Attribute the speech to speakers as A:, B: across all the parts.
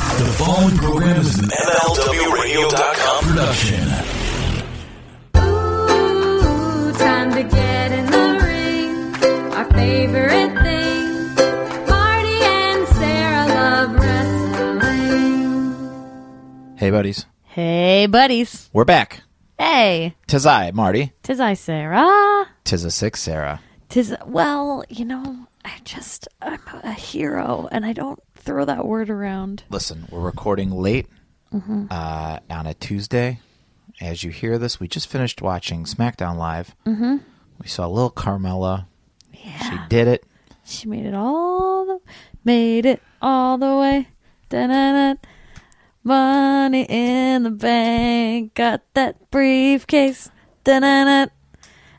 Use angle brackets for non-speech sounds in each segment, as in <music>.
A: following program is an MLWRadio.com production.
B: Ooh, time to get in the ring. Our favorite thing. Marty and Sarah love wrestling.
C: Hey, buddies.
D: Hey, buddies.
C: We're back.
D: Hey,
C: Tis I, Marty.
D: tis I, Sarah.
C: Tis a six, Sarah.
D: Tis, well, you know, I just, I'm a hero and I don't throw that word around.
C: Listen, we're recording late
D: Mm-hmm.
C: uh, on a Tuesday. As you hear this, we just finished watching SmackDown Live. Mm-hmm. We saw Lil Carmella. She did it.
D: She made it all the, made it all the way. Da-na-na. Money in the bank, got that briefcase. Da-na-na.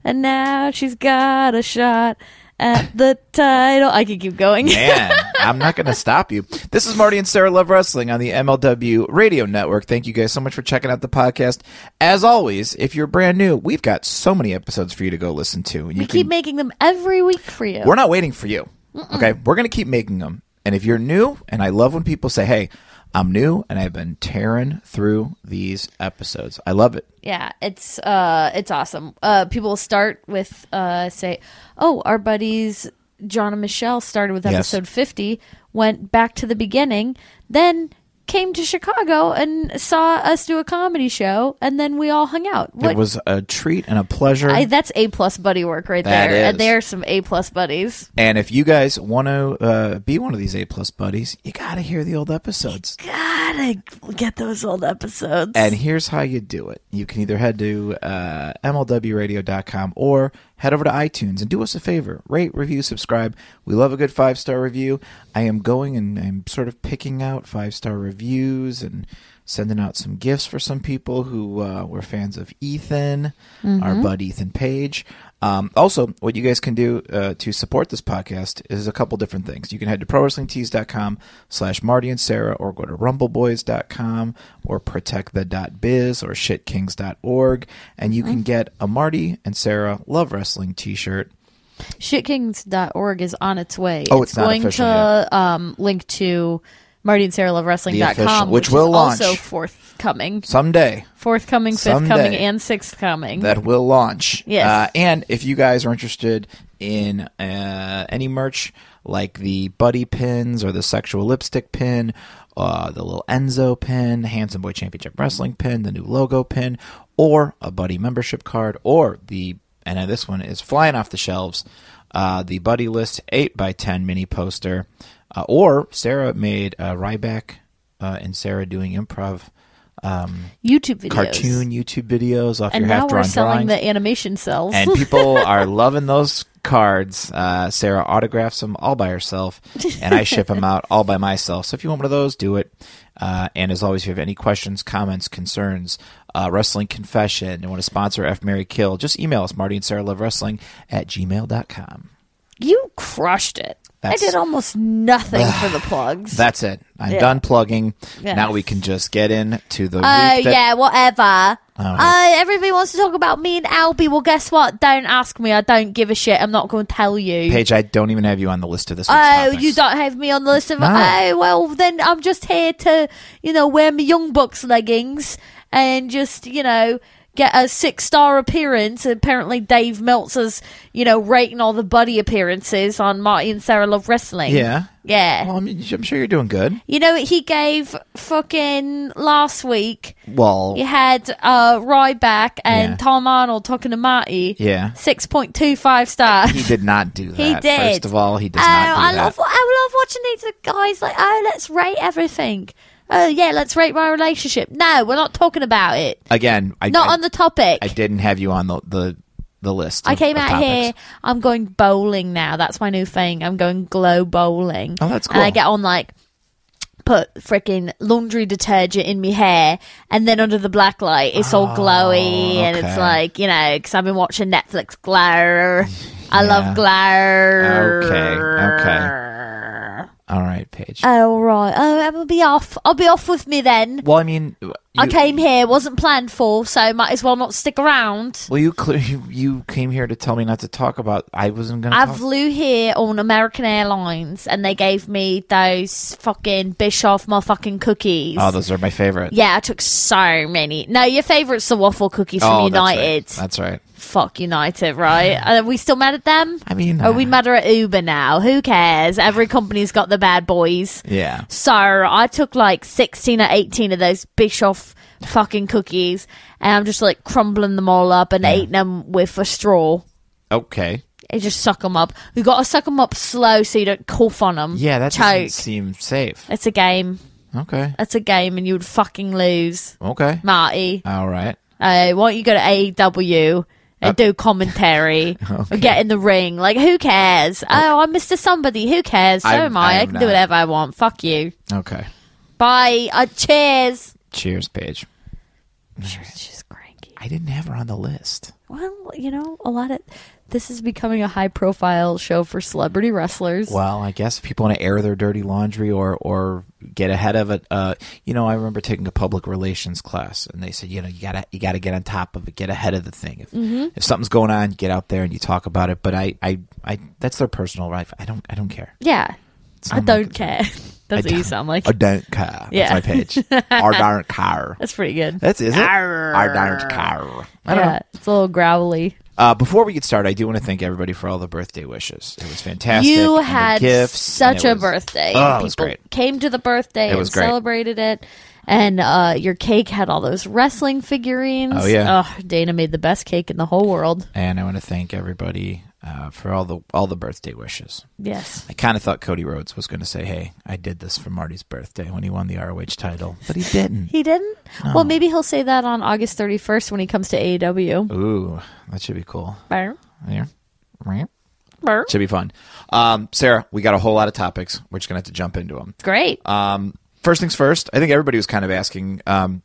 D: And now she's got a shot at the title. <laughs> I could keep going.
C: Man, I'm not going to stop you. This is Marty and Sarah Love Wrestling on the MLW Radio Network. Thank you guys so much for checking out the podcast. As always, if you're brand new, we've got so many episodes for you to go listen to. You
D: we keep making them every week for you.
C: We're not waiting for you. Okay, we're gonna keep making them. And if you're new, and I love when people say, "Hey, I'm new," and I've been tearing through these episodes. I love it.
D: Yeah, it's uh it's awesome. Uh people start with uh say, "Oh, our buddies John and Michelle started with
C: Yes.
D: episode 50, went back to the beginning, then came to Chicago and saw us do a comedy show and then we all hung out." What
C: It was a treat and a pleasure.
D: I, that's A plus buddy work right
C: That
D: there.
C: is.
D: And there are some A plus buddies.
C: and if you guys want to uh, be one of these A plus buddies, you gotta hear the old episodes.
D: Gotta get those old episodes.
C: And here's how you do it. You can either head to uh, MLWradio.com or head over to iTunes and do us a favor. Rate, review, subscribe. We love a good five star review. I am going and I'm sort of picking out five star reviews and sending out some gifts for some people who uh, were fans of Ethan, our bud Ethan Page. Um, also, what you guys can do uh, to support this podcast is a couple different things. You can head to prowrestlingtees.com slash Marty and Sarah or go to rumbleboys.com or protectthe.biz or shitkings.org and you can get a Marty and Sarah Love Wrestling t-shirt.
D: shitkings.org is on its way.
C: Oh, it's not
D: going
C: official
D: to um, link to Marty and Sarah Love Wrestling
C: The
D: dot
C: official,
D: com,
C: which
D: which
C: will
D: is
C: launch.
D: also forthcoming,
C: Someday
D: forthcoming, fifth
C: Someday.
D: coming, and sixth coming.
C: that will launch.
D: Yes.
C: Uh, and if you guys are interested in uh, any merch like the buddy pins or the sexual lipstick pin, uh, the little Enzo pin, Handsome Boy Championship Wrestling pin, the new logo pin, or a buddy membership card, or the and uh, this one is flying off the shelves, uh, the buddy list eight by ten mini poster, uh, or Sarah made uh, Ryback uh, and Sarah doing improv um,
D: YouTube videos,
C: cartoon YouTube videos off
D: and
C: your
D: now
C: half
D: we're
C: drawn
D: selling
C: drawings
D: the animation cells. <laughs>
C: and people are loving those cards. Uh, Sarah autographs them all by herself, and I ship them out all by myself. So if you want one of those, do it. Uh, and as always, if you have any questions, comments, concerns, uh, wrestling confession, and want to sponsor F Mary Kill, just email us, Marty and Sarah Love Wrestling at gmail.com.
D: you crushed it.
C: That's-
D: I did almost nothing for the
C: <sighs>
D: plugs.
C: That's it. I'm
D: Yeah.
C: done plugging.
D: Yeah.
C: Now we can just get into the
D: Oh
C: week that-
D: yeah, whatever.
C: Oh.
D: Uh, everybody wants to talk about me and Albie. Well, guess what? Don't ask me. I don't give a shit. I'm not going to tell you.
C: Paige, I don't even have you on the list of this week's
D: Oh,
C: topics.
D: you don't have me on the list of.
C: No.
D: Oh, well, then I'm just here to, you know, wear my Young Bucks leggings and just, you know, get a six star appearance. Apparently, Dave Meltzer's, you know, rating all the buddy appearances on Marty and Sarah Love Wrestling.
C: Yeah.
D: Yeah.
C: Well, I mean, I'm sure you're doing good.
D: you know, he gave fucking last week.
C: Well,
D: You had uh, Ryback and
C: Yeah.
D: Tom Arnold talking to Marty.
C: Yeah.
D: Six point two five stars.
C: He did not do that.
D: He did.
C: First of all, he does
D: oh,
C: not do
D: I
C: that.
D: love I love watching these guys like oh let's rate everything. Oh yeah, let's rate my relationship. No, we're not talking about it.
C: Again, I,
D: Not
C: I,
D: on the topic.
C: I
D: I,
C: didn't have you on the the, the list. of-
D: came
C: of
D: out
C: topics.
D: here. I'm going bowling now. That's my new thing. I'm going glow bowling.
C: Oh, that's
D: And I
C: cool.
D: get on like put freaking laundry detergent in my hair and then under the black light it's all glowy and it's
C: Oh, okay.
D: like you know because i've been watching netflix glow i love glow
C: Okay, okay. All right, Paige.
D: All right. Oh, I will be off. I'll be off with me then.
C: well, I mean, you,
D: I came here, wasn't planned for, so might as well not stick around.
C: Well, you clear, you, you came here to tell me not to talk about. I wasn't going to.
D: I
C: talk.
D: flew here on American Airlines, and they gave me those fucking Bischoff motherfucking cookies.
C: Oh, those are my favorite.
D: yeah, I took so many. No, your favorite's the waffle cookie from
C: Oh, that's right.
D: United.
C: That's right.
D: Fuck United,
C: <laughs>
D: right? Are we still mad at them?
C: I mean, uh,
D: Are Oh, we madder at Uber now? Who cares? Every company's got the bad boys.
C: Yeah.
D: So I took like 16 or 18 of those Bischoff fucking cookies and I'm just like crumbling them all up and eating them with a straw.
C: Okay.
D: You just suck them up. You got to suck them up slow so you don't cough on them.
C: Yeah, that
D: Choke.
C: doesn't seem safe.
D: It's a game.
C: Okay.
D: It's a game and you would fucking lose.
C: Okay.
D: Marty,
C: All right.
D: uh, why don't you go to AEW and
C: Uh,
D: do
C: <laughs>
D: commentary or get in the ring? Like, who cares? Oh, I'm Mr. Somebody. Who cares? So
C: I'm-
D: am I.
C: I
D: I,
C: am
D: can
C: not.
D: do whatever I want. Fuck you.
C: Okay.
D: Bye. Uh, cheers.
C: Cheers, Paige.
D: She was just cranky.
C: I didn't have her on the list.
D: Well, you know, a lot of this is becoming a high profile show for celebrity wrestlers.
C: Well, I guess if people want to air their dirty laundry or or get ahead of it, uh, you know, I remember taking a public relations class, and they said, you know, you gotta you gotta get on top of it, get ahead of the thing. If,
D: Mm-hmm.
C: if something's going on, get out there and you talk about it. But I, I, I that's their personal life. I don't I don't care.
D: Yeah. I
C: like
D: don't
C: it.
D: care. <laughs> That's what you sound like.
C: I don't care.
D: Yeah.
C: That's my page. Our darn car.
D: That's pretty good.
C: That's is it.
D: Arr.
C: Our darn car. I don't
D: yeah,
C: know.
D: it's a little growly.
C: Uh, before we get started, I do want to thank everybody for all the birthday wishes. It was fantastic.
D: You
C: and the
D: had
C: gifts, and
D: such
C: it
D: a
C: was-
D: birthday.
C: Oh,
D: and
C: it was
D: People
C: great.
D: came to the birthday
C: It was
D: and
C: great.
D: celebrated it. And uh, your cake had all those wrestling figurines.
C: Oh, yeah.
D: Oh, Dana made the best cake in the whole world.
C: and I want to thank everybody uh, for all the all the birthday wishes.
D: Yes.
C: I kind of thought Cody Rhodes was going to say, "Hey, I did this for Marty's birthday when he won the ROH title," but he didn't.
D: He didn't? Well, maybe he'll say that on August 31st when he comes to E AEW.
C: Ooh, that should be cool.
D: Burr,
C: Yeah, right.
D: burr.
C: Should be fun. Um, Sarah, we got a whole lot of topics. We're just going to have to jump into them.
D: Great.
C: Um, first things first. I think everybody was kind of asking um,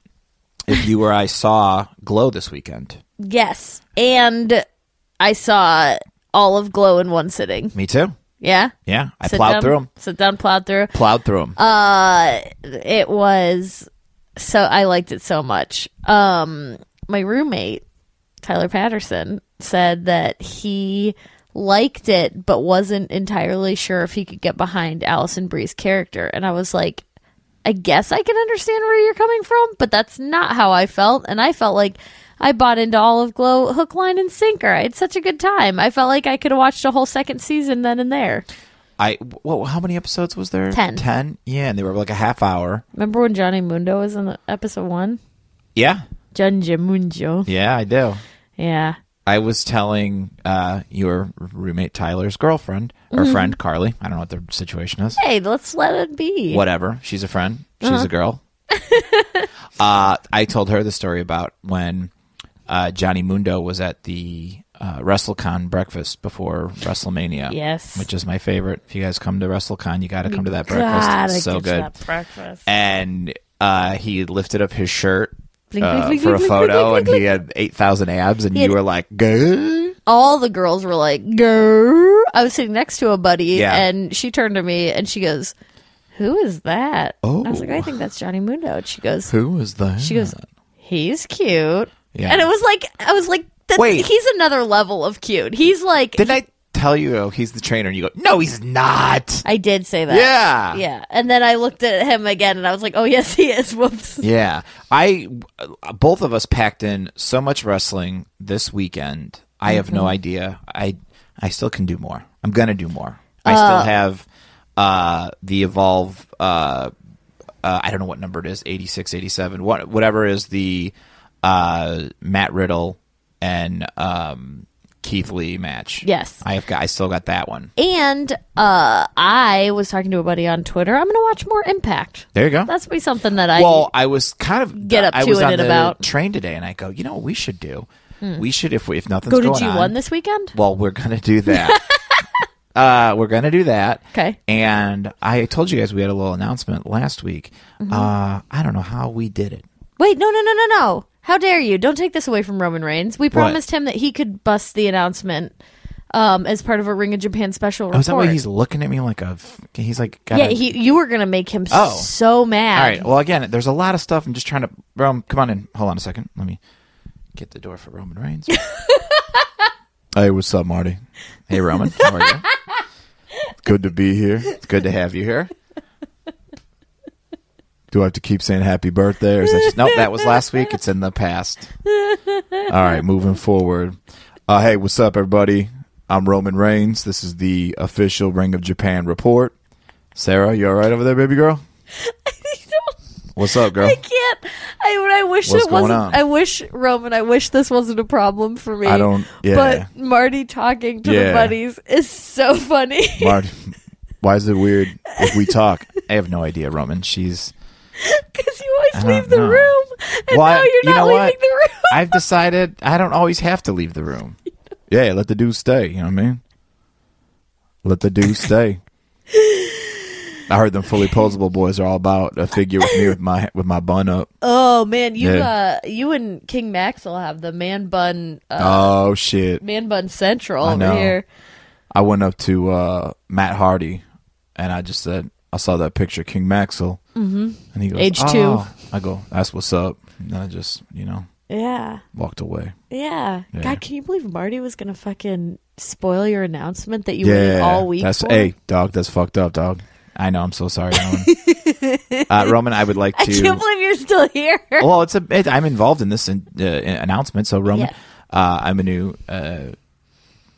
C: if you or I saw Glow this weekend.
D: yes. And I saw all of Glow in one sitting.
C: Me too.
D: Yeah?
C: Yeah, I
D: Sit
C: plowed
D: down,
C: through them.
D: Sit down, plowed through.
C: Plowed through them.
D: uh it was so i liked it so much um my roommate tyler patterson said that he liked it but wasn't entirely sure if he could get behind allison brie's character and i was like i guess i can understand where you're coming from but that's not how i felt and i felt like I bought into all of Glow hook, line, and sinker. I had such a good time. I felt like I could have watched a whole second season then and there.
C: I well, how many episodes was there?
D: Ten.
C: Ten. Yeah, and they were like a half hour.
D: Remember when Johnny Mundo was in the episode one?
C: Yeah,
D: Junja Munjo.
C: yeah, I do.
D: Yeah.
C: I was telling uh, your roommate Tyler's girlfriend or
D: Mm-hmm.
C: friend Carly. I don't know what their situation is.
D: Hey, let's let it be.
C: Whatever. She's a friend. She's
D: Uh-huh. <laughs>
C: a girl. uh, I told her the story about when uh, Johnny Mundo was at the uh, WrestleCon breakfast before WrestleMania.
D: Yes.
C: which is my favorite. If you guys come to WrestleCon, you got to come to that
D: Gotta
C: breakfast. It's so
D: get
C: good.
D: That breakfast.
C: and uh, he lifted up his shirt
D: Blink,
C: uh,
D: blink, blink,
C: for a
D: blink, blink,
C: photo,
D: blink,
C: and he had eight thousand abs, and
D: had-
C: you were like, "Gah!"
D: All the girls were like, "Girl." I was sitting next to a buddy,
C: Yeah.
D: and she turned to me and she goes, "Who is that?"
C: Oh.
D: I was like, "I think that's Johnny Mundo." And she goes,
C: "Who was that?"
D: "She goes, he's cute."
C: Yeah.
D: And it was like, I was like, that,
C: Wait.
D: he's another level of cute. He's like,
C: "Didn't I tell you oh, he's the trainer?" And you go, "No, he's not."
D: I did say that.
C: Yeah,
D: Yeah. And then I looked at him again, and I was like, "Oh yes, he is." <laughs> Whoops.
C: yeah. I uh, both of us packed in so much wrestling this weekend. I have no idea. I I still can do more. I'm gonna do more. I still have uh, the evolve. Uh, uh, I don't know what number it is, 86, 87, what, whatever is the uh, Matt Riddle and um, Keith Lee match.
D: Yes.
C: I have got, I still got that one.
D: And uh, I was talking to a buddy on Twitter. I'm going to watch more Impact.
C: There you go.
D: That's be something that I
C: well, I was kind of
D: Get up
C: I
D: to
C: was
D: it
C: on
D: and
C: the
D: about. Hmm.
C: train today, and I go, you know what we should do? We should if we if nothing's
D: go to
C: going
D: G1
C: on.
D: this weekend.
C: well, we're gonna do
D: <laughs>
C: that. uh, we're gonna do that.
D: Okay.
C: And I told you guys we had a little announcement last week.
D: Mm-hmm.
C: Uh, I don't know how we did it.
D: Wait, no, no, no, no, no. How dare you? Don't take this away from Roman Reigns. We promised him that he could bust the announcement um, as part of a Ring of Japan special
C: Oh,
D: report.
C: is that why he's looking at me like a? f- He's like, got
D: yeah,
C: a-
D: he, you were gonna make him
C: Oh.
D: so mad.
C: All right. Well, again, there's a lot of stuff. I'm just trying to. Rome, come on in. Hold on a second. Let me get the door for Roman
D: <laughs>
C: Reigns. hey, what's up, Marty? Hey, Roman. How are you? Good to be here. It's good to have you here. Do I have to keep saying happy birthday? Or is that just. Nope, that was last week. It's in the past. All right, moving forward. Uh, hey, what's up, everybody? I'm Roman Reigns. This is the official Ring of Japan report. Sarah, you all right over there, baby girl?
D: I don't-
C: What's up, girl?
D: <laughs> I can't. I, I wish
C: What's
D: it
C: going
D: wasn't.
C: on?
D: I wish Roman. I wish this wasn't a problem for me.
C: I don't- yeah.
D: But Marty talking to
C: Yeah.
D: the buddies is so funny. <laughs>
C: Marty, why is it weird if we talk? I have no idea, Roman. She's.
D: <laughs> Because you always
C: don't
D: leave the
C: know.
D: room, and
C: Why-
D: now you're
C: uh-huh. you
D: not
C: know
D: leaving
C: what?
D: the room. <laughs>
C: I've decided I don't always have to leave the room. Yeah, let the dude stay. You know what I mean? Let the
D: <laughs>
C: dude stay. I heard them fully posable boys are all about a figure with me with my with my bun up.
D: Oh man, you
C: Yeah.
D: uh, you and King Maxwell have the man bun, uh,
C: Oh shit!
D: man bun central
C: I
D: over
C: know.
D: here.
C: I went up to uh, Matt Hardy, and I just said, "I saw that picture, King Maxwell." Mm-hmm. And he goes,
D: H2.
C: "Oh." I go, "That's what's up." And I just, you know,
D: Yeah,
C: walked away.
D: yeah,
C: Yeah.
D: God, can you believe Marty was gonna fucking spoil your announcement that you waited all week
C: That's
D: for?
C: hey, dog. That's fucked up, dog. I know. I'm so sorry, Roman.
D: <laughs>
C: uh, Roman, I would like
D: <laughs> I
C: to.
D: can't believe you're still
C: <laughs>
D: here.
C: well, it's a. It, I'm involved in this in, uh, announcement, so Roman,
D: Yeah.
C: uh, I'm going to uh,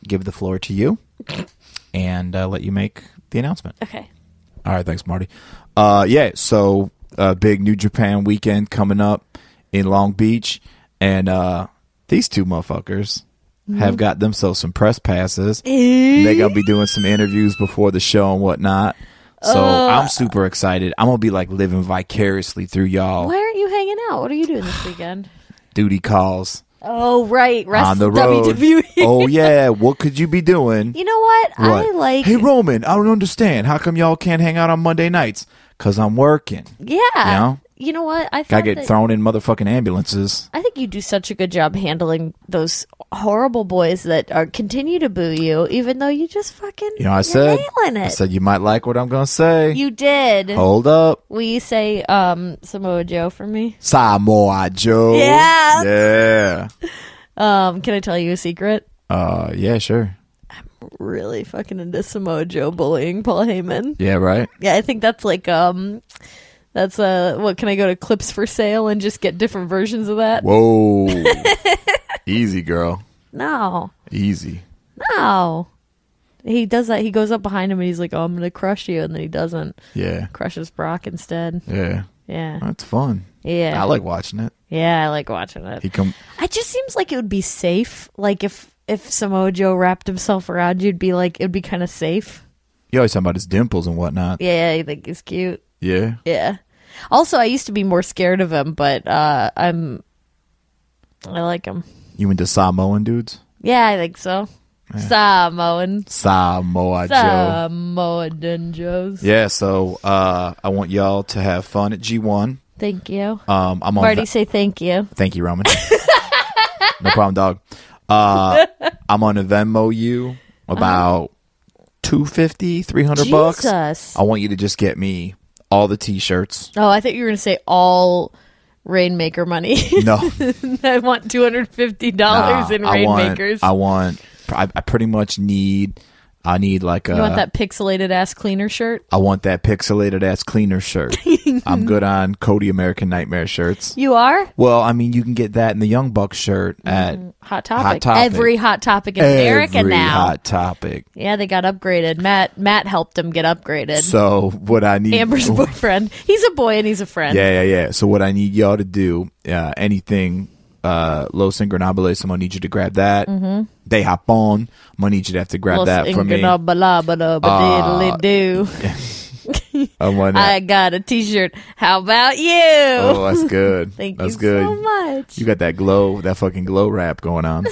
C: give the floor to you and uh, let you make the announcement.
D: okay.
C: All right, thanks, Marty. Uh, yeah, so uh, big New Japan weekend coming up in Long Beach, and uh, these two motherfuckers
D: Mm-hmm.
C: have got themselves some press passes. They gonna be doing some interviews before the show and whatnot. So
D: Uh,
C: I'm super excited. I'm gonna be like living vicariously through y'all.
D: Why aren't you hanging out? What are you doing
C: <sighs>
D: this weekend?
C: Duty calls
D: Oh right, rest
C: on the road.
D: WWE.
C: oh yeah, what could you be doing?
D: <laughs> You know what? I
C: What?
D: like.
C: Hey Roman, I don't understand. How come y'all can't hang out on Monday nights? Cause I'm working.
D: yeah.
C: know?
D: You know what? I
C: Gotta
D: thought
C: get
D: that-
C: thrown in motherfucking ambulances.
D: I think you do such a good job handling those horrible boys that are continue to boo you, even though you just fucking
C: You know, I
D: you're
C: said,
D: nailing it.
C: I said Oh. you might like what I'm gonna say.
D: you did.
C: Hold up,
D: Will you say um, Samoa Joe for me?
C: Samoa Joe.
D: Yeah.
C: yeah,
D: Um, can I tell you a secret?
C: uh, yeah, sure,
D: Really fucking into Samoa Joe bullying Paul Heyman.
C: yeah, right.
D: Yeah, I think that's like um, that's uh, what can I go to clips for sale and just get different versions of that?
C: Whoa, easy, girl,
D: No,
C: easy.
D: no. He does that. He goes up behind him and he's like, "Oh, I'm gonna crush you," and then he doesn't.
C: Yeah,
D: Crushes Brock instead.
C: yeah,
D: Yeah.
C: that's fun.
D: Yeah.
C: I like watching it.
D: Yeah, I like watching
C: He
D: it.
C: come.
D: It just seems like it would be safe. Like if if Samoa Joe wrapped himself around, you'd be like, it'd be kind of safe.
C: You always talking about his dimples and whatnot.
D: Yeah, I think he's cute.
C: Yeah,
D: Yeah. Also, I used to be more scared of him, but uh, I'm. I like him.
C: you into Samoan dudes?
D: Yeah, I think so. Samoan.
C: Samoa Joe.
D: Samoan Joes.
C: Yeah, so uh, I want y'all to have fun at G1.
D: Thank you.
C: Um, I'm on.
D: Marty,
C: va-
D: say thank you.
C: Thank you, Roman. <laughs> no problem, dog. Uh, I'm on a Venmo you about two fifty, three hundred 250, 300
D: Jesus.
C: bucks. I want you to just get me all the t-shirts.
D: Oh, I thought you were going to say all Rainmaker money. <laughs>
C: No.
D: I want two hundred fifty
C: nah,
D: dollars in
C: I want,
D: rainmakers.
C: I want I, I pretty much need I need like a
D: you want that pixelated ass cleaner shirt?
C: I want that pixelated ass
D: <laughs>
C: cleaner shirt. I'm good on Cody American Nightmare shirts.
D: You are
C: Well, I mean, you can get that in the Young Buck shirt at
D: hot topic.
C: Hot Topic.
D: Every hot topic in America
C: every
D: Mm-hmm. now.
C: Hot Topic.
D: Yeah, they got upgraded. Matt Matt helped him get upgraded.
C: So what I need
D: Amber's boyfriend. He's a boy and he's a friend.
C: Yeah, yeah, yeah. So what I need y'all to do, uh, anything uh, Los Ingranables, I'm gonna need you to grab that. Mm-hmm. They hop on. I'm gonna need you to have to grab
D: Los
C: that for me. Uh, I'm
D: Ingenubalabadabadiddly-do.
C: gonna,
D: I got a T-shirt. How about you?
C: oh, that's
D: <laughs>
C: good.
D: Thank
C: that's
D: you
C: good.
D: so much.
C: You got that glow, that fucking glow wrap going
D: <laughs>
C: on.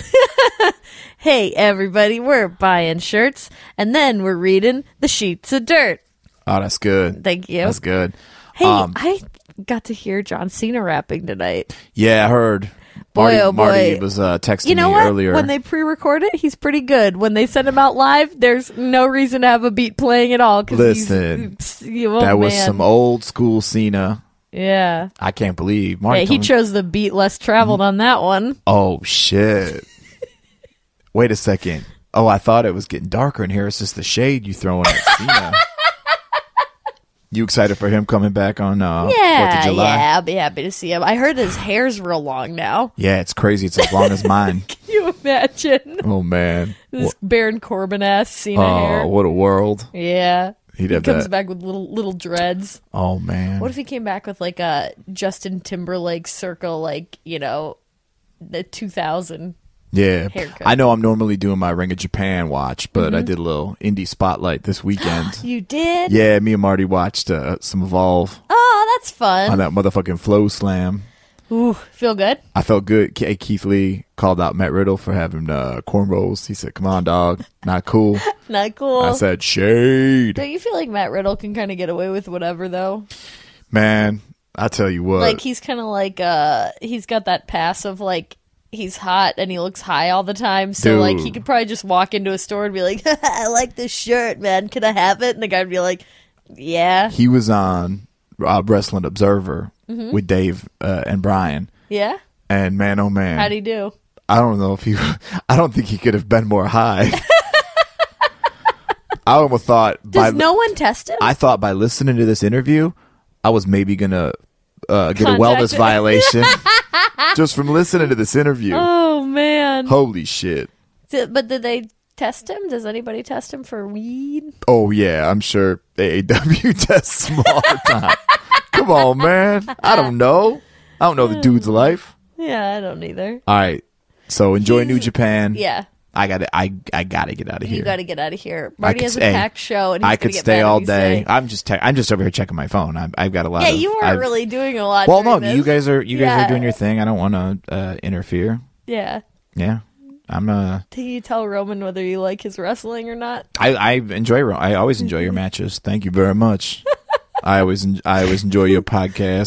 D: hey, everybody, we're buying shirts and then we're reading the sheets of dirt.
C: oh, that's good.
D: Thank you.
C: That's good.
D: Hey,
C: Um,
D: I got to hear John Cena rapping tonight.
C: Yeah, I heard.
D: Boy,
C: Marty,
D: oh boy.
C: Marty was uh, texting
D: you know
C: me
D: what?
C: earlier.
D: When they pre-record it, he's pretty good. When they send him out live, there's no reason to have a beat playing at all. Cause he's-
C: Listen,
D: pss, you- oh,
C: that was
D: man.
C: some old school Cena.
D: Yeah,
C: I can't believe Marty.
D: yeah. He
C: told me-
D: chose the beat less traveled
C: Mm-hmm.
D: on that one.
C: oh
D: <laughs>
C: shit! Wait a second. Oh, I thought it was getting darker in here. It's just the shade you throwing at
D: <laughs>
C: Cena. You excited for him coming back on uh, Fourth of
D: Yeah,
C: July?
D: yeah. I'll be happy to see him. I heard his hair's real long now. <laughs>
C: Yeah, it's crazy. It's as long as mine.
D: Can you imagine
C: Oh man.
D: this Baron Corbin ass Cena
C: Oh,
D: hair?
C: what a world.
D: Yeah,
C: He'd
D: he
C: have
D: comes
C: that.
D: back with little little dreads.
C: Oh man.
D: What if he came back with like a Justin Timberlake circle, like you know, the two thousand?
C: yeah.
D: haircut? Mm-hmm.
C: I know I'm normally doing my Ring of Japan watch, but I did a little indie
D: <gasps>
C: spotlight this weekend.
D: You did?
C: yeah, me and Marty watched uh, some Evolve
D: Oh, that's fun.
C: on that motherfucking Flow Slam.
D: Ooh, feel good.
C: I felt good. K- Keith Lee called out Matt Riddle for having uh, cornrows. He said, "Come on, dog,
D: <laughs>
C: not cool."
D: Not cool.
C: I said, "Shade,
D: Don't you feel like Matt Riddle can kind of get away with whatever though?
C: man." I tell you what,
D: like he's kind of like uh, he's got that pass of like he's hot and he looks high all the time. So like he
C: Dude.
D: could probably just walk into a store and be like, <laughs> "I like this shirt, man. Can I have it?" And the guy would be like, "Yeah,
C: he was on uh, Wrestling Observer
D: Mm-hmm.
C: with Dave uh, and Brian,
D: yeah."
C: and man, oh man,
D: How do you do?
C: I don't know if he. <laughs> I don't think he could have been more high. <laughs> I almost thought by.
D: Does no one test him?
C: I thought by listening to this interview, I was maybe gonna uh, get
D: Contact
C: a wellness
D: it. <laughs>
C: violation just from listening to this interview.
D: oh man!
C: Holy shit!
D: D- But did they test him? Does anybody test him for weed?
C: Oh yeah, I'm sure <laughs> AAW tests him all the time. Come on, man. I don't know. I don't know the
D: Uh.
C: dude's life.
D: Yeah, I don't either.
C: All right. So enjoy New Japan.
D: Yeah.
C: I got to I I gotta get out of here.
D: You got to get out of here.
C: I
D: Marty
C: could
D: has a
C: stay.
D: packed show, and he's
C: I
D: gonna
C: could
D: get
C: stay
D: mad
C: all
D: if he's
C: day.
D: late.
C: I'm just te- I'm just over here checking my phone. I'm, I've got a lot.
D: Yeah,
C: of,
D: you weren't
C: I've-
D: really doing a lot.
C: Well, no,
D: during
C: you
D: this.
C: guys are you guys
D: Yeah.
C: are doing your thing. I don't want to uh, interfere.
D: Yeah.
C: Yeah, I'm uh
D: Can you tell Roman whether you like his wrestling or not?
C: I I enjoy ro- I always enjoy
D: Mm-hmm.
C: your matches. Thank you very much. I always en- I always enjoy
D: <laughs>
C: your podcast.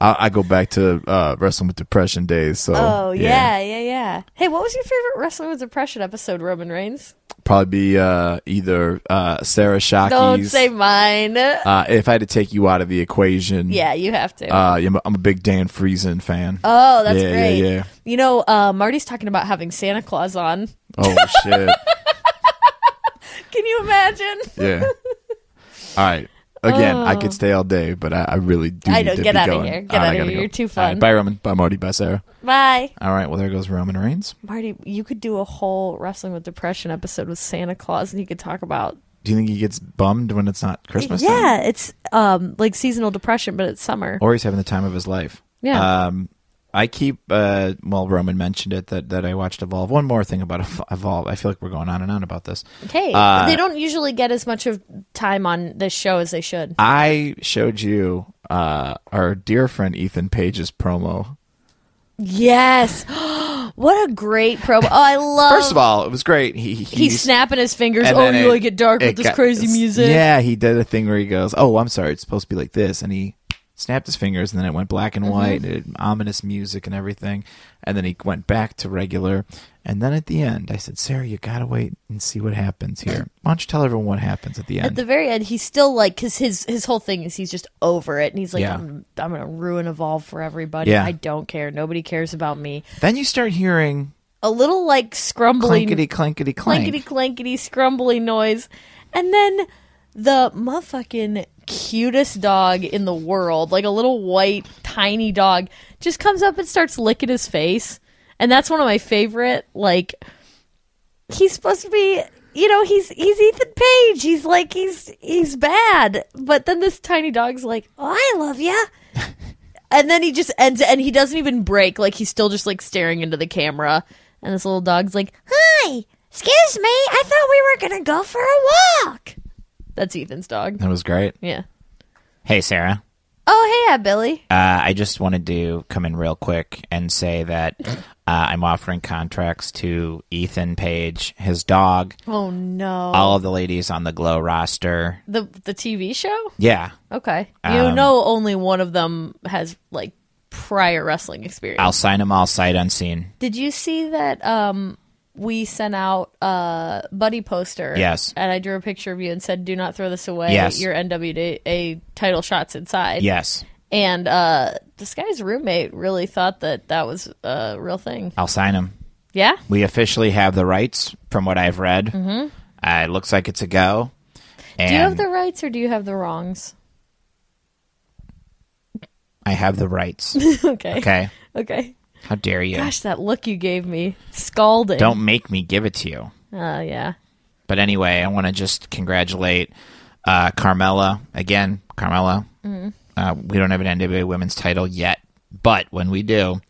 C: I, I go back to uh, wrestling with depression days. So
D: Oh yeah, yeah, yeah. Hey, what was your favorite Wrestling with Depression episode, Roman Reigns?
C: probably be uh, either uh, Sarah Shockey's.
D: Don't say mine.
C: uh, if I had to take you out of the equation,
D: yeah, you have to.
C: uh, I'm, a- I'm a big Dan Friesen fan.
D: oh, that's
C: yeah,
D: great.
C: yeah, yeah.
D: You know, uh, Marty's talking about having Santa Claus on.
C: Oh
D: <laughs>
C: shit,
D: Can you imagine?
C: yeah. All right. Again, I could stay all day, but I, I really do.
D: Oh. I
C: need
D: know.
C: to
D: Get
C: be
D: outta
C: going.
D: here. Get
C: All right, I
D: outta
C: gotta
D: here.
C: go.
D: You're too
C: All right,
D: fun.
C: bye, Roman. Bye, Marty. Bye, Sarah.
D: Bye,
C: All right. Well, there goes Roman Reigns.
D: Marty. You could do a whole Wrestling with Depression episode with Santa Claus, and you could talk about
C: Do you think he gets bummed when it's not Christmas time?
D: yeah, it's um like seasonal depression, but it's summer.
C: Or he's having the time of his life.
D: Yeah.
C: Um, I keep, uh, well, Roman mentioned it that, that I watched Evolve. One more thing about Ev- Evolve. I feel like we're going on and on about this.
D: Hey,
C: Uh,
D: they don't usually get as much of time on this show as they should.
C: I showed you uh, our dear friend Ethan Page's promo.
D: Yes, <gasps> what a great promo! Oh, I love.
C: First of all, it was great. He, he,
D: he's, snapping his fingers.
C: and
D: Oh,
C: then
D: you
C: it-
D: like it dark
C: it
D: with this
C: got-
D: crazy music?
C: Yeah, he did a thing where he goes, "Oh, I'm sorry, it's supposed to be like this," and he snapped his fingers, and then it went black
D: Uh-huh.
C: and white, and it, ominous music and everything, and then he went back to regular, and then at the end, I said, "Sarah, you gotta wait and see what happens here. Why don't you tell everyone what happens at the
D: At
C: end?"
D: the very end, he's still like, because his his whole thing is he's just over it, and he's like,
C: Yeah.
D: I'm, I'm gonna ruin evolve for everybody.
C: Yeah.
D: I don't care. Nobody cares about me.
C: then you start hearing
D: A little like scrumbling
C: clankety clankety clank.
D: clankety clankety scrumbly noise. And then the motherfucking cutest dog in the world, like a little white, tiny dog, just comes up and starts licking his face. And that's one of my favorite, like he's supposed to be you know, he's he's Ethan Page. He's like he's he's bad. But then this tiny dog's like, Oh, I love ya. And then he just ends and he doesn't even break, like he's still just like staring into the camera. And this little dog's like, Hi, excuse me, I thought we were gonna go for a walk. That's Ethan's dog.
C: that was great.
D: Yeah.
C: Hey, Sarah.
D: Oh hey yeah, Billy.
C: Uh, I just wanted to come in real quick and say that uh, I'm offering contracts to Ethan Page, his dog,
D: Oh no.
C: all of the ladies on the Glow roster.
D: the the TV show?
C: Yeah.
D: Okay. You know only one of them has like prior wrestling experience.
C: I'll sign them all sight unseen.
D: Did you see that um we sent out a buddy poster?
C: Yes.
D: And I drew a picture of you and said, "Do not throw this away.
C: Yes.
D: Your NWA title shots inside."
C: Yes.
D: And uh, this guy's roommate really thought that that was a real thing.
C: I'll sign them.
D: Yeah.
C: We officially have the rights from what I've read. Mm-hmm. Uh, it looks like it's a go. And
D: Do you have the rights or do you have the wrongs? <laughs>
C: I have the rights.
D: <laughs> okay.
C: Okay.
D: Okay.
C: How dare you?
D: Gosh, that look you gave me, scalding.
C: Don't make me give it to you.
D: Uh, yeah.
C: But anyway, I want to just congratulate uh, Carmella again. Carmella,
D: Mm-hmm.
C: uh, we don't have an NWA Women's title yet, but when we do,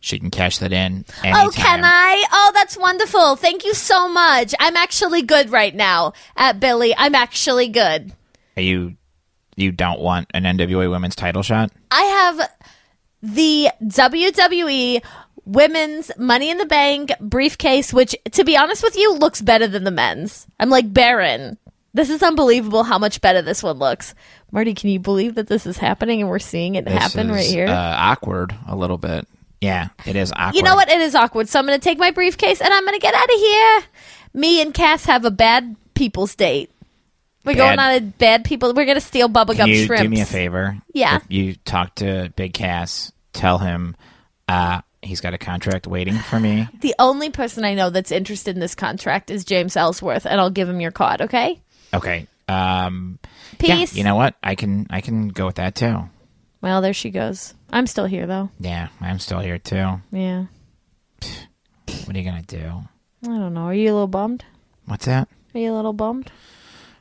C: she can cash that in.
D: Oh, can I? Oh, that's wonderful. Thank you so much. I'm actually good right now at Billy. I'm actually good.
C: You you don't want an NWA Women's title shot?
D: I have the WWE Women's Money in the Bank briefcase, which, to be honest with you, looks better than the men's. I'm like, Baron, this is unbelievable how much better this one looks. Marty, can you believe that this is happening and we're seeing it
C: This
D: happen
C: is,
D: right here?
C: Uh, awkward a little bit. Yeah, it is awkward.
D: you know what? It is awkward. So I'm going to take my briefcase and I'm going to get out of here. Me and Cass have a bad people's date. We're
C: Bad-
D: going on a bad people. We're going to steal bubblegum
C: Can you
D: shrimps.
C: do me a favor?
D: Yeah.
C: If you talk to Big Cass. Tell him uh, he's got a contract waiting for me.
D: The only person I know that's interested in this contract is James Ellsworth, and I'll give him your card, okay?
C: Okay. Um,
D: Peace.
C: Yeah, you know what? I can I can go with that too.
D: Well, there she goes. I'm still here, though.
C: Yeah, I'm still here too.
D: Yeah.
C: What are you gonna do?
D: I don't know. Are you a little bummed?
C: What's that?
D: Are you a little bummed?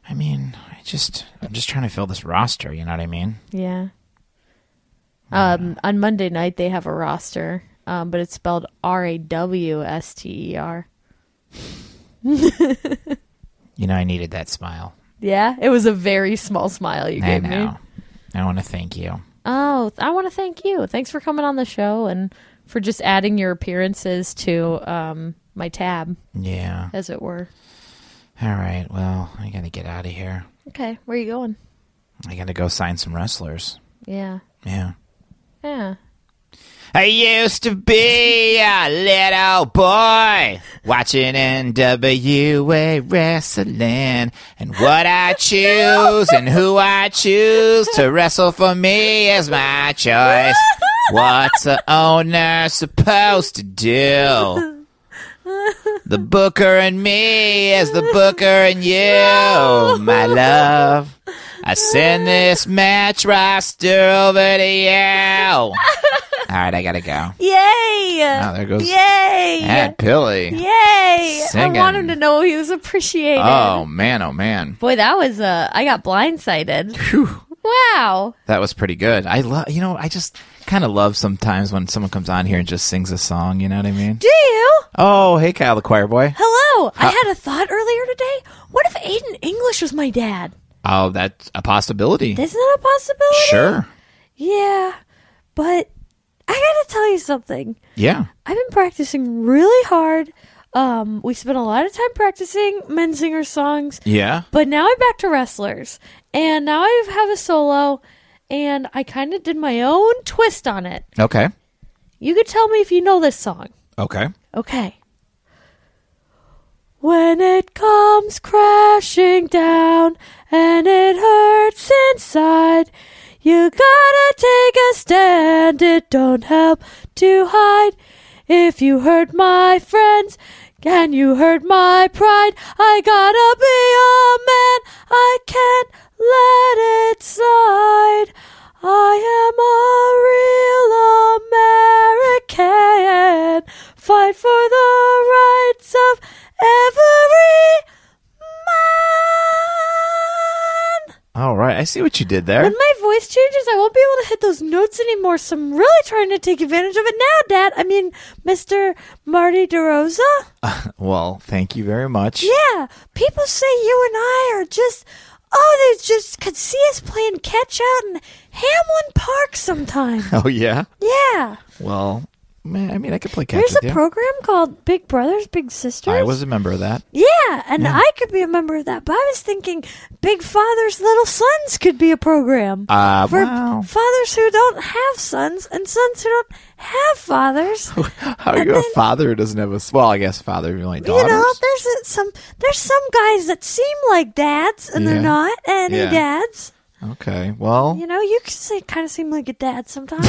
C: I mean, I just I'm just trying to fill this roster. You know what I mean?
D: Yeah. Um, on Monday night, they have a roster, um, but it's spelled R A W S T E R.
C: You know, I needed that smile.
D: Yeah, it was a very small smile you
C: I
D: gave me.
C: know. I want to thank you.
D: Oh, th- I want to thank you. Thanks for coming on the show and for just adding your appearances to um, my tab,
C: Yeah.
D: as it were.
C: All right. Well, I gotta get out of here.
D: Okay, where are you going?
C: I gotta go sign some wrestlers.
D: Yeah.
C: Yeah.
D: Yeah.
C: I used to be a little boy watching NWA wrestling, and what I choose and who I choose to wrestle for me is my choice. What's a owner supposed to do? The booker and me is the booker and you, my love. I send this match roster over to you. All right, I gotta go.
D: Yay!
C: Oh, there goes
D: Yay!
C: Aunt Billy.
D: Yay! I want
C: Singing.
D: him to know he was appreciated.
C: Oh man, oh man,
D: Boy, that was uh I got blindsided. <laughs> Wow.
C: that was pretty good. I love, you know, I just kind of love sometimes when someone comes on here and just sings a song. You know what I mean?
D: Do you?
C: Oh, hey, Kyle, the choir boy.
D: Hello. I had a thought earlier today. What if Aiden English was my dad?
C: Oh, that's a possibility.
D: Isn't that a possibility?
C: Sure.
D: Yeah. But I gotta tell you something.
C: Yeah.
D: I've been practicing really hard. Um, we spent a lot of time practicing men singer songs.
C: Yeah.
D: But now I'm back to wrestlers, and now I have a solo, and I kind of did my own twist on it.
C: Okay.
D: You could tell me if you know this song.
C: Okay.
D: Okay. When it comes crashing down and it hurts inside, you gotta take a stand. It don't help to hide. If you hurt my friends, can you hurt my pride? I gotta be a man. I can't let it slide. I am a real American. Fight for the rights of every man.
C: All right. I see what you did there.
D: When my voice changes, I won't be able to hit those notes anymore. So I'm really trying to take advantage of it now, Dad. I mean, Mr. Marty DeRosa.
C: Well, thank you very much.
D: Yeah, people say you and I are just. Oh, they just could see us playing
C: <laughs>
D: catch out in Hamlin Park sometime.
C: Oh yeah.
D: Yeah.
C: Well, man, I mean, I could play catch
D: There's
C: with
D: a
C: you.
D: program called Big Brothers Big Sisters.
C: I was a member of that.
D: Yeah, and
C: Yeah.
D: I could be a member of that. But I was thinking Big Fathers Little Sons could be a program.
C: Uh,
D: for
C: wow.
D: fathers who don't have sons and sons who don't have fathers.
C: How are you a father who doesn't have a? s- Well, I guess father who only daughters.
D: You know, there's uh, some there's some guys that seem like dads and
C: Yeah.
D: they're not any
C: Yeah.
D: dads.
C: okay, well, <laughs>
D: You know, you can say, kind of seem like a dad sometimes.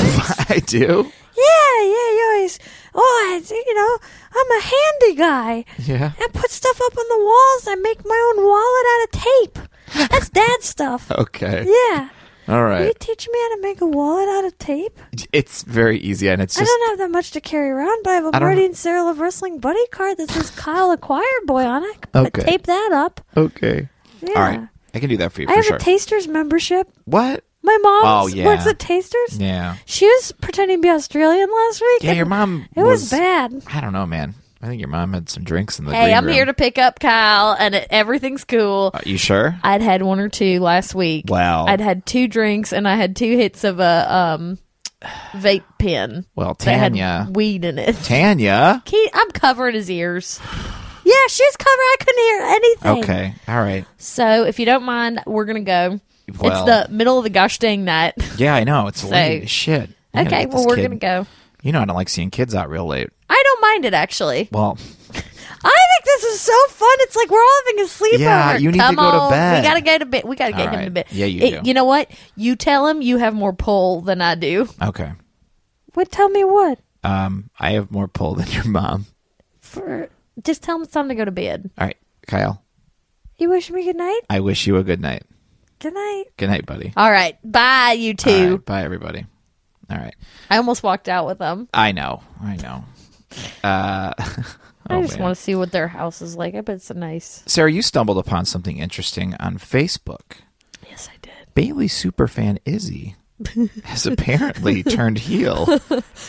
C: I do.
D: Yeah, yeah, you always, oh, I, you know, I'm a handy guy.
C: Yeah.
D: I put stuff up on the walls. I make my own wallet out of tape. That's dad
C: <laughs>
D: stuff.
C: Okay.
D: Yeah.
C: All
D: Will you
C: right.
D: teach me how to make a wallet out of tape?
C: It's very easy, and it's
D: I
C: just
D: don't have that much to carry around, but I have a
C: I don't-
D: Marty and Sarah Love Wrestling Buddy card that says Kyle Acquire Boy on it. I
C: Okay.
D: tape that up.
C: okay.
D: Yeah.
C: All right, I can do that for you
D: I
C: for
D: have
C: sure.
D: a Tasters membership.
C: what?
D: My mom
C: Oh,
D: works
C: yeah.
D: at Tasters.
C: Yeah.
D: She was pretending to be Australian last week.
C: Yeah,
D: and
C: your mom.
D: It was, bad.
C: I don't know, man. I think your mom had some drinks in the.
E: Hey,
C: green
E: I'm
C: room.
E: here to pick up Kyle, and it, everything's cool.
C: Uh, you sure?
E: I'd had one or two last week.
C: Wow.
E: I'd had two drinks, and I had two hits of a um vape pen.
C: Well,
E: that had
C: Tanya.
E: weed in it. <laughs>
C: Tanya.
E: He, I'm covering his ears.
D: Yeah, she's covered. I couldn't hear anything.
C: Okay. All right.
E: So if you don't mind, we're gonna go.
C: Well-
E: it's the middle of the gosh
C: <laughs>
E: dang night.
C: Yeah, I know. It's late as shit. I gotta
E: okay,
C: get
E: well
C: this
E: we're
C: kid-
E: gonna go.
C: You know, I don't like seeing kids out real late.
E: I don't mind it actually.
C: Well,
D: I think this is so fun. It's like we're all having a sleepover.
C: yeah, you need
E: Come
C: to go
E: on,
C: to bed.
E: We gotta go to bed. We gotta get
C: All
E: him
C: right.
E: to bed.
C: Yeah, you do.
E: You know what? You tell him you have more pull than I do.
C: okay.
D: What? Tell me what?
C: Um, I have more pull than your mom.
E: For just tell him it's time to go to bed.
C: All right, Kyle.
D: You wish me good night.
C: I wish you a good night.
D: Good night.
C: Good night, buddy.
E: All right, bye you
C: All
E: two.
C: right, bye, everybody. All right.
E: I almost walked out with them.
C: I know. I know. Uh, <laughs>
E: I
C: oh,
E: just
C: man.
E: want to see what their house is like. I bet it's a nice.
C: Sarah, you stumbled upon something interesting on Facebook.
E: Yes, I did.
C: Bailey superfan
E: <laughs>
C: Izzy has apparently turned heel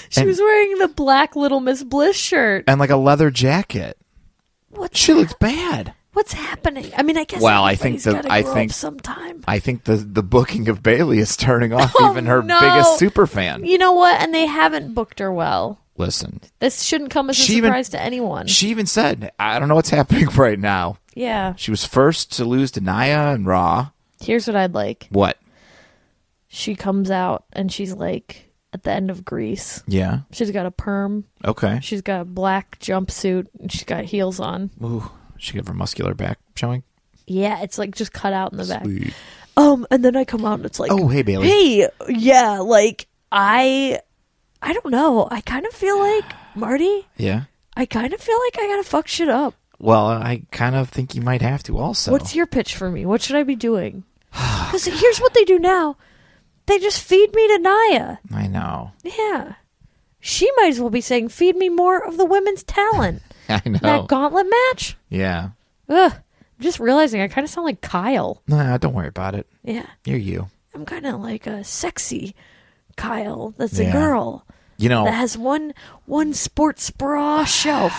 E: She
C: And-
E: was wearing the black Little Miss Bliss shirt.
C: and like a leather jacket.
D: What?
C: She looks bad.
D: What's happening? I mean, I guess.
C: Well, I think
D: everybody's
C: that-
D: gotta
C: I
D: grow
C: think-
D: up sometime.
C: I think the the booking of Bailey is turning off
E: Oh,
C: even her
E: no.
C: biggest super fan.
E: You know what? And they haven't booked her well.
C: Listen,
E: This shouldn't come as a
C: She even-
E: surprise to anyone.
C: she even said, "I don't know what's <laughs> happening right now."
E: yeah.
C: She was first to lose to Naya and Raw.
E: Here's what I'd like.
C: What?
E: She comes out and she's like at the end of Greece.
C: Yeah.
E: She's got a perm.
C: Okay.
E: She's got a black jumpsuit and she's got heels on.
C: Ooh, she got her muscular back showing.
E: Yeah, it's like just cut out in the back. Um, and then I come out and it's like,
C: Oh, hey Bailey.
D: Hey,
E: yeah, like
D: I, I don't know. I kind of feel like Marty.
C: Yeah.
D: I kind of feel like I gotta fuck shit up.
C: Well, I kind of think you might have to also.
E: What's your pitch for me? What should I
D: <sighs>
E: be doing?
D: Because here's what they do now. They just feed me to Naya.
C: I
D: <laughs>
C: know.
D: Yeah. She might as well be saying, feed me more of the women's talent.
C: I know.
D: That gauntlet match?
C: yeah.
E: Ugh. I'm just realizing I kind of sound like Kyle.
C: Nah, don't worry about it.
D: Yeah.
C: You're you.
D: I'm kind of like a sexy Kyle that's
C: Yeah.
D: a girl
C: You know.
D: that has one one sports bra
C: <sighs>
D: shelf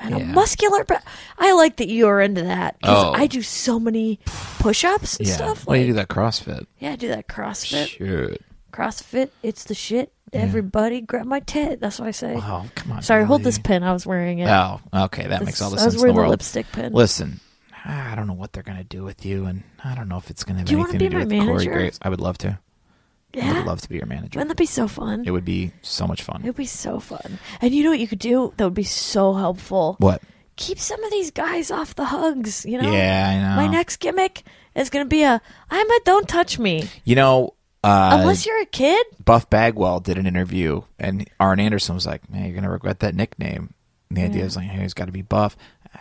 D: and a
C: Yeah.
D: muscular bra. I like that you are into that because
C: Oh.
D: I do so many push ups and
C: yeah.
D: stuff.
C: Well,
D: Like,
C: you do that CrossFit.
D: Yeah, I do that CrossFit.
C: Shoot.
D: CrossFit, it's the shit. Everybody grab my tit. That's what I say.
C: Oh, come on.
E: Sorry, hold
C: Bailey.
E: this pen. I was wearing it.
C: Oh, okay. That makes all the
D: I was
C: sense in
D: wearing
C: the world.
D: lipstick pin.
C: Listen, I don't know what they're gonna do with you, and I don't know if it's gonna have
D: Do you wanna
C: anything
D: be
C: to do
D: my
C: with Corey
D: manager?
C: Graves. I would love to. I
D: yeah.
C: would love to be your manager.
D: Wouldn't that be so fun?
C: It would be so much
D: It
C: fun.
D: would be so fun. And you know what you could do that would be so helpful?
C: What?
D: Keep some of these guys off the hugs, you know?
C: Yeah, I know.
D: My next gimmick is going to be a I'm a don't touch me.
C: You know, uh,
D: Unless you're a kid,
C: Buff Bagwell did an interview, and Arn Anderson was like, "Man, you're gonna regret that nickname." And the idea is like, "Hey, he's got to be buff."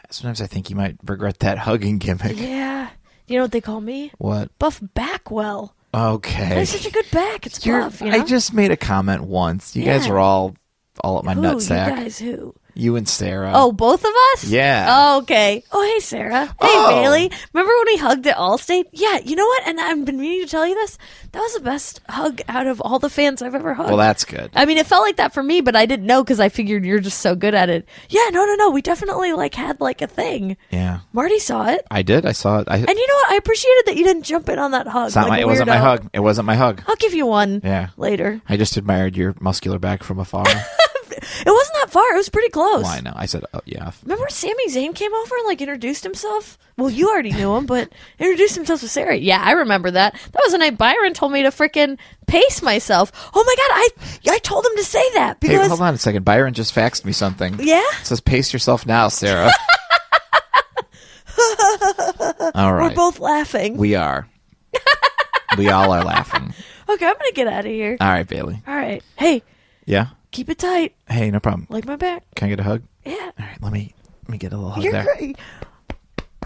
C: Sometimes I think you might regret that hugging gimmick.
D: yeah. You know what they call me?
C: What?
D: Buff Backwell.
C: Okay.
D: I have such a good back. It's
C: <laughs> You're-
D: buff, you know?
C: I just made a comment once. You guys
D: Yeah.
C: are all all at my
D: Who, you
C: nutsack.
D: guys who?
C: You and Sarah.
E: Oh, both of us?
C: Yeah.
E: Oh, okay.
D: Oh, hey, Sarah. Hey,
C: Oh.
D: Bailey. Remember when we hugged at Allstate? Yeah, you know what? And I've been meaning to tell you this. That was the best hug out of all the fans I've ever hugged.
C: well, that's good.
E: I mean, it felt like that for me, but I didn't know because I figured you're just so good at it.
D: yeah, no, no, no. We definitely, like, had, like, a thing.
C: Yeah,
D: Marty saw it.
C: I did. I saw it. I,
D: And you know what? I appreciated that you didn't jump in on that hug.
C: it's not
D: like
C: my,
D: a
C: it wasn't my
D: weirdo.
C: hug. It wasn't my hug.
D: I'll give you one
C: Yeah,
D: later. <laughs>
C: I just admired your muscular back from afar.
F: it wasn't that far. It was pretty close.
C: Well, I know. I said, oh, yeah. f-
F: Remember when Sami Zayn came over and like introduced himself? Well, you already knew him,
C: <laughs>
F: but introduced himself to Sarah.
D: Yeah, I remember that. That was the night Byron told me to freaking pace myself.
F: Oh my god, I I told him to say that
C: Hey,
F: because
C: hold on a second. Byron just faxed me something.
F: yeah,
C: It says, pace yourself
F: <laughs>
C: now, Sarah. All right.
F: we're both laughing.
C: We are. we all are laughing.
F: okay, I'm gonna get out of here.
C: All right, Bailey.
F: All right, hey,
C: Yeah.
F: keep it tight,
C: Hey, no problem.
F: like my back.
C: Can I get a hug?
F: Yeah,
C: All right, let me let me get a little hug
F: you're
C: there.
F: great.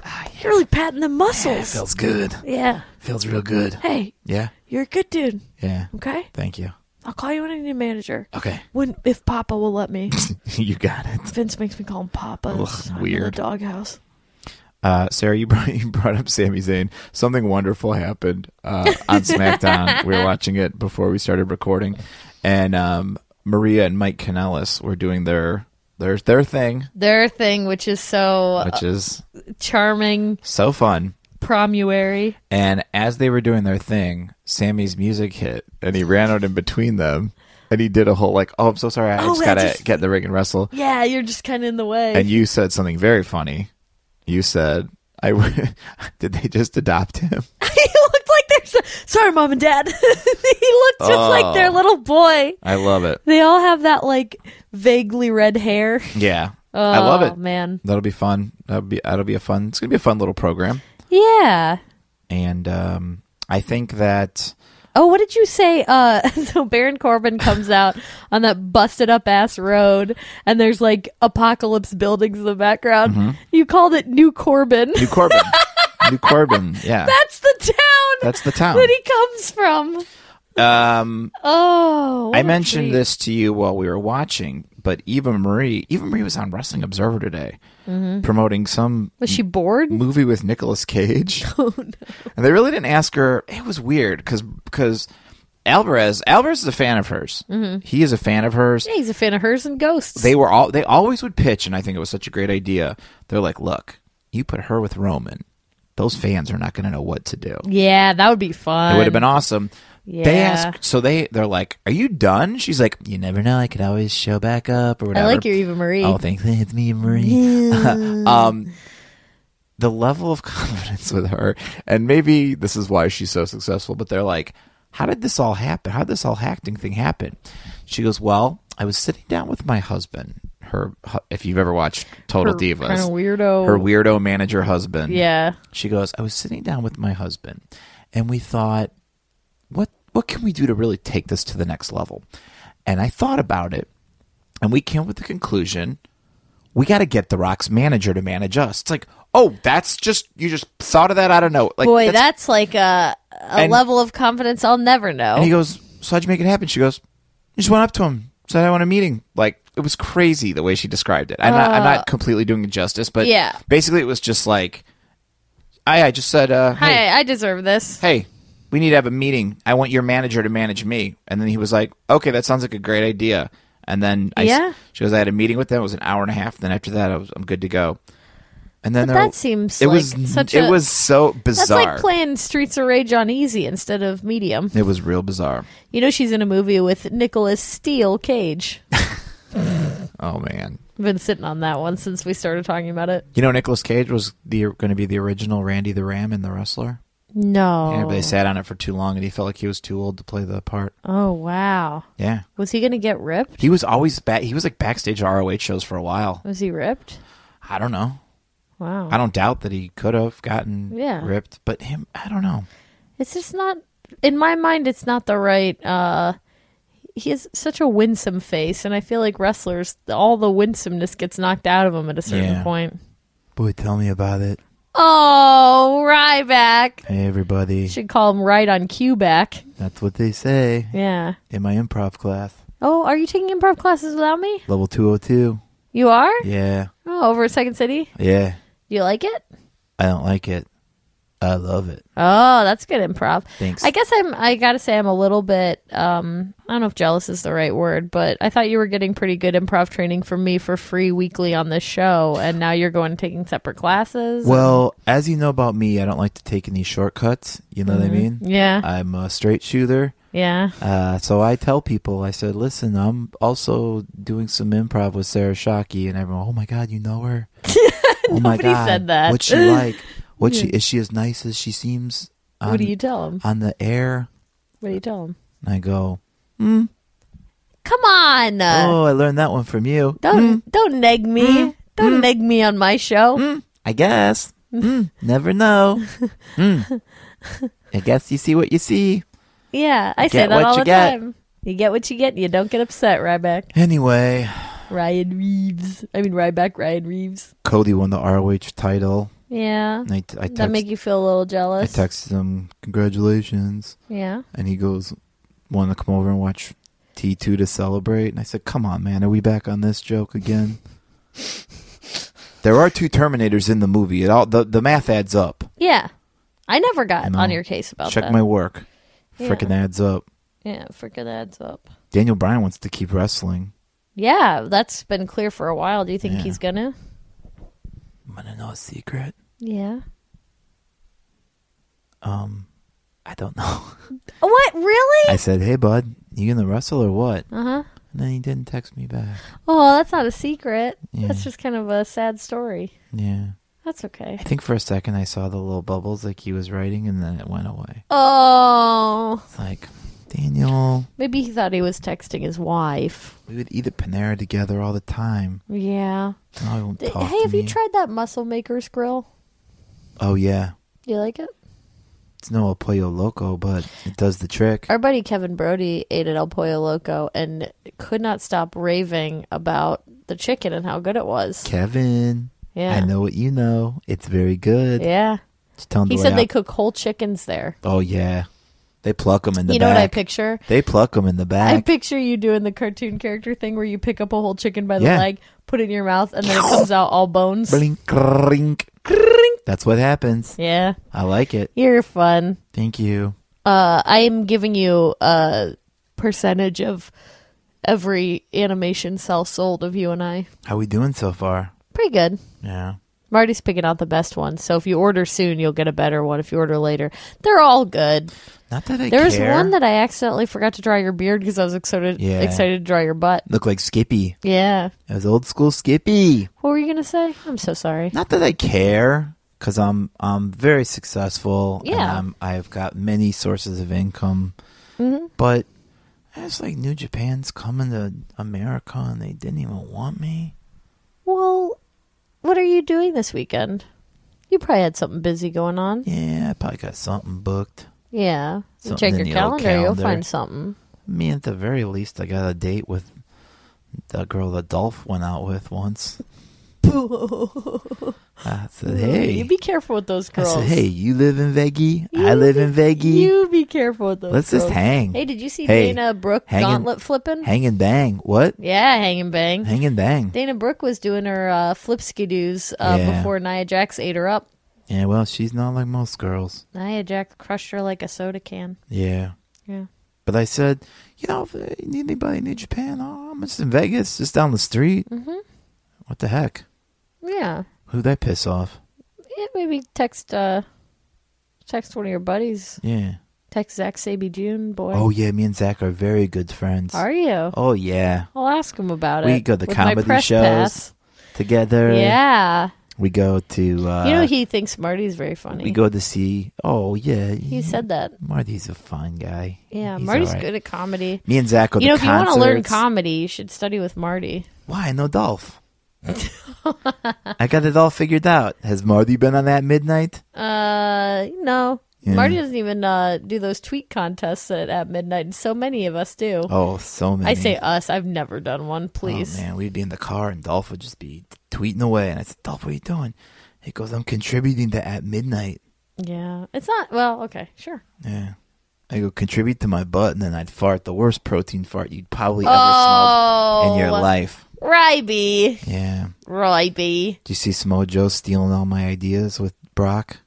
C: Ah,
F: You're really patting the muscles.
C: Feels good.
F: yeah.
C: Feels real good.
F: Hey,
C: Yeah.
F: you're a good dude.
C: Yeah.
F: Okay,
C: Thank you.
F: I'll call you when I need a manager.
C: Okay. <laughs>
F: When if Papa will let me.
C: you got it.
F: Vince makes me call him Papa. It's not in the
C: weird.
F: doghouse.
C: Uh, Sarah, you <laughs> brought, you brought up Sami Zayn. Something wonderful happened uh,
F: <laughs>
C: on SmackDown. we were watching it before we started recording, and um, Maria and Mike Kanellis were doing their their their thing,
D: Their thing, which is so uh,
F: Uh,
C: which is
D: charming,
C: so fun.
D: promuary.
C: And as they were doing their thing, Sammy's music hit, and he ran out in between them, and he did a whole like, "Oh, I'm so sorry, I
F: Oh,
C: just
F: I
C: gotta
F: just-
C: get in the ring and wrestle."
D: Yeah, you're just kind of in the way.
C: And you said something very funny. You said, "I w- <laughs> did they just
F: <laughs>
C: adopt him?"
F: <laughs> he looked like their son. Sorry, mom and dad. <laughs> he looked just like their
C: Oh.
F: little boy.
C: I love it.
F: They all have that like vaguely red hair.
C: Yeah,
D: oh,
C: I love it.
D: man.
C: That'll be fun. That'll be that'll be a fun. It's gonna be a fun little program,
D: Yeah.
C: and um, I think that
D: Oh, what did you say? Uh, <laughs> so Baron Corbin comes out on that busted up ass road, and there's like apocalypse buildings in the background.
C: Mm-hmm.
D: You called it New Corbin. <laughs>
C: New Corbin, <laughs> New Corbin, yeah,
D: That's the town
C: that's the town.
D: that he comes from.
C: Um,
D: Oh, what
C: I
D: a
C: mentioned
D: treat.
C: this to you while we were watching, but Eva Marie, Eva Marie was on Wrestling Observer today,
D: Mm-hmm.
C: promoting some
D: Was she bored? <laughs>
C: movie with Nicolas Cage. And they really didn't ask her. It was weird because because Alvarez Alvarez is a fan of hers.
D: Mm-hmm.
C: He is a fan of hers.
D: Yeah, he's a fan of hers and ghosts.
C: They were all they always would pitch, and I think it was such a great idea. They're like, look, you put her with Roman, those fans are not going to know what to do.
D: yeah, that would be fun.
C: It would have been awesome. They
D: Yeah.
C: asked, so they they're like, "Are you done?" She's like, "You never know. I could always show back up or
D: I
C: whatever."
D: like your Eva Marie.
C: Oh, thanks. <laughs> It's me, Marie. <laughs> um, the level of <laughs> confidence with her, and maybe this is why she's so successful. But they're like, "How did this all happen? How did this all acting thing happen?" She goes, "Well, I was sitting down with my husband. Her, hu- if you've ever watched Total
D: Her
C: Divas,
D: kinda weirdo-
C: her weirdo manager husband.
D: yeah.
C: She goes, I was sitting down with my husband and we thought, what what can we do to really take this to the next level? And I thought about it and we came with the conclusion we got to get The Rock's manager to manage us. It's like, oh, that's just, you just thought of that? I don't know. Like,
D: Boy, that's, like a, a
C: And-
D: level of confidence I'll never know.
C: And he goes, So how'd you make it happen? She goes, I just went up to him, said I want a meeting. Like it was crazy the way she described it. I'm not I'm not completely doing it justice, but
D: Uh, Yeah.
C: basically it was just like I I just said, uh,
D: Hi,
C: hey,
D: I deserve this.
C: hey, we need to have a meeting. I want your manager to manage me. And then he was like, Okay, that sounds like a great idea. And then I s-
D: Yeah.
C: she goes, I had a meeting with them, it was an hour and a half, then after that I was I'm good to go. And then
D: But
C: there-
D: that seems
C: it
D: like
C: was
D: such
C: it
D: a-
C: was so
D: That's
C: bizarre.
D: like playing Streets of Rage on easy instead of medium.
C: it was real bizarre.
D: You know she's in a movie with Nicolas Steele Cage.
C: Oh man.
D: I've been sitting on that one since we started talking about it.
C: You know, Nicolas Cage was the going to be the original Randy the Ram in The Wrestler.
D: No.
C: Yeah, but they sat on it for too long, and he felt like he was too old to play the part.
D: Oh wow.
C: Yeah,
D: Was he gonna get ripped?
C: he was always back. He was like backstage at ROH shows for a while.
D: Was he ripped?
C: I don't know.
D: Wow.
C: I don't doubt that he could have gotten
D: Yeah.
C: ripped, but him, I don't know.
D: It's just not in my mind it's not the right uh he has such a winsome face and I feel like wrestlers all the winsomeness gets knocked out of them at a certain
C: Yeah.
D: point.
C: Boy, tell me about it.
D: Oh, Ryback.
C: Hey, everybody,
D: Should call him right on cue back.
C: that's what they say
D: Yeah.
C: in my improv class,
D: Oh, are you taking improv classes without me?
C: level two hundred two.
D: You are?
C: Yeah,
D: Oh, over at Second City?
C: yeah.
D: You like it?
C: I don't like it. I love it.
D: Oh, that's good improv.
C: Thanks.
D: I guess I'm I gotta say I'm a little bit um I don't know if jealous is the right word, but I thought you were getting pretty good improv training from me for free weekly on this show and now you're going and taking separate classes.
C: Well, as you know about me, I don't like to take any shortcuts. You know what I mean?
D: Mm-hmm. yeah.
C: I'm a straight shooter.
D: Yeah.
C: Uh, so I tell people, I said, listen, I'm also doing some improv with Sarah Shockey, and everyone, oh my god, you
D: <laughs>
C: know her? oh my
D: Nobody
C: god,
D: said that.
C: What's she like?
D: <laughs>
C: What she is she as nice as she seems? On,
D: what do you tell him?
C: on the air?
D: What do you tell him?
C: And I go,
D: Mm. Come on. uh,
C: oh, Mm, I learned that one from you. Mm.
D: Don't don't neg me. Don't neg me on my show.
C: I guess. Mm,
D: <laughs>
C: never know. Mm. I guess you see what you see.
D: Yeah, I say
C: Get
D: that
C: what
D: all
C: you
D: the
C: get.
D: time. You get what you get. and You don't get upset, Ryback.
C: Anyway,
D: Ryan Reeves. I mean Ryback. Ryan Reeves.
C: Cody won the ROH title.
D: Yeah.
C: And I, I, text,
D: that make you feel a little
C: I
D: jealous.
C: texted him, congratulations.
D: yeah.
C: And he goes, want to come over and watch T2 to celebrate? And I said, come on, man. Are we back on this
D: <laughs>
C: joke again? there are two Terminators in the movie. It all The, the math adds up.
D: Yeah. I never got
C: know.
D: on your case about
C: Check
D: that.
C: my work. Frickin'
D: Yeah.
C: adds up.
D: yeah, freaking adds up.
C: Daniel Bryan wants to keep wrestling.
D: Yeah, that's been clear for a while. Do you think
C: Yeah.
D: he's gonna?
C: I'm going to know a secret.
D: Yeah.
C: Um, I
D: <laughs>
C: don't know.
D: Oh, What really?
C: I said, hey, bud, you going to wrestle or what?
D: Uh huh.
C: And then he didn't text me back.
D: Oh, that's not a secret.
C: Yeah.
D: That's just kind of a sad story.
C: Yeah.
D: That's okay.
C: I think for a second I saw the little bubbles like he was writing and then it went away.
D: Oh,
C: It's like, Daniel,
D: maybe he thought he was texting his wife.
C: we would eat at Panera together all the time.
D: Yeah.
C: No, I won't
D: D-
C: talk
D: hey,
C: to
D: have you
C: me.
D: tried that Muscle Maker's Grill?
C: Oh, yeah.
D: Do you like it?
C: It's no El Pollo Loco, but it does the trick.
D: Our buddy Kevin Brody ate at El Pollo Loco and could not stop raving about the chicken and how good it was.
C: Kevin,
D: Yeah.
C: I know what you know. It's very good.
D: Yeah.
C: Just tell him
D: He
C: to
D: said
C: lay
D: they
C: out-
D: cook whole chickens there.
C: Oh, yeah. They pluck them in the
D: you know
C: back.
D: what I picture?
C: They pluck them in the back.
D: I picture you doing the cartoon character thing where you pick up a whole chicken by the
C: Yeah.
D: leg, put it in your mouth, and then it comes out all bones.
C: Blink, crink. That's what happens.
D: Yeah.
C: I like it.
D: You're fun.
C: Thank you.
D: Uh, I am giving you a percentage of every animation cell sold of you and I.
C: How we doing so far?
D: Pretty good.
C: Yeah.
D: Marty's picking out the best ones. So if you order soon, you'll get a better one. If you order later, they're all good.
C: Not that I
D: There
C: care.
D: was one that I accidentally forgot to draw your beard because I was excited
C: Yeah.
D: excited to draw your butt.
C: looked like Skippy.
D: Yeah.
C: It was old school Skippy.
D: What were you gonna say? I'm so sorry.
C: Not that I care, because I'm I'm very successful. and
D: Yeah.
C: I'm, I've got many sources of income,
D: Mm-hmm.
C: but it's like New Japan's coming to America, and they didn't even want me.
D: Well, what are you doing this weekend? You probably had something busy going on.
C: Yeah, I probably got something booked.
D: Yeah.
C: Something
D: Check your
C: in the old
D: calendar, you'll
C: calendar.
D: find something.
C: Me at the very least, I got a date with the girl that Dolph went out
D: <laughs>
C: with once. I said, "Hey,
D: You be careful with those
C: I
D: girls.
C: said, hey, you live in Veggie. I
D: You
C: live in Veggie.
D: You be careful with those
C: Let's just
D: girls.
C: hang.
D: Hey, did you see
C: Hey,
D: Dana Brooke
C: hang and-
D: gauntlet flipping?
C: Hang and bang. What?
D: yeah, hang and bang.
C: Hang and bang.
D: Dana Brooke was doing her uh, flip skidoos uh,
C: Yeah.
D: before Nia Jax ate her up.
C: Yeah, well, she's not like most girls.
D: Nia Jax crushed her like a soda can.
C: Yeah.
D: Yeah.
C: But I said, you know, if you need anybody in New Japan, oh, I'm just in Vegas, just down the street. Mm-hmm. What the heck?
D: Yeah.
C: Who'd I piss off?
D: yeah maybe text uh, text one of your buddies.
C: Yeah.
D: Text Zach Saby June, boy.
C: Oh, yeah, me and Zach are very good friends.
D: Are you?
C: Oh, yeah.
D: I'll ask him about it.
C: We go to
D: with my
C: comedy
D: press
C: shows.
D: pass.
C: Together.
D: Yeah.
C: We go to, uh,
D: you know, he thinks Marty's very funny.
C: we go to see, oh, yeah.
D: he said that.
C: Marty's a fun guy.
D: Yeah,
C: He's
D: Marty's
C: all right.
D: good at comedy.
C: Me and Zach go
D: You know,
C: to
D: if you want to learn
C: concerts.
D: comedy, you should study with Marty.
C: Why no Dolph? I got it all figured out. Has Marty been on that midnight?
D: Uh, no.
C: Yeah.
D: Marty doesn't even uh, do those tweet contests at, at midnight, and so many of us do.
C: Oh, so many.
D: I say us. I've never done one. Please.
C: Oh man, we'd be in the car and Dolph would just be tweeting away, and I said, Dolph, what are you doing? He goes, I'm contributing to at midnight.
D: yeah, it's not. Well, okay, sure.
C: Yeah. I go contribute to my butt, and then I'd fart the worst protein fart you'd probably ever smelled in your
D: Oh.
C: life.
D: Ryby,
C: Yeah.
D: Ryby.
C: Do you see Smojo stealing all my ideas with Brock?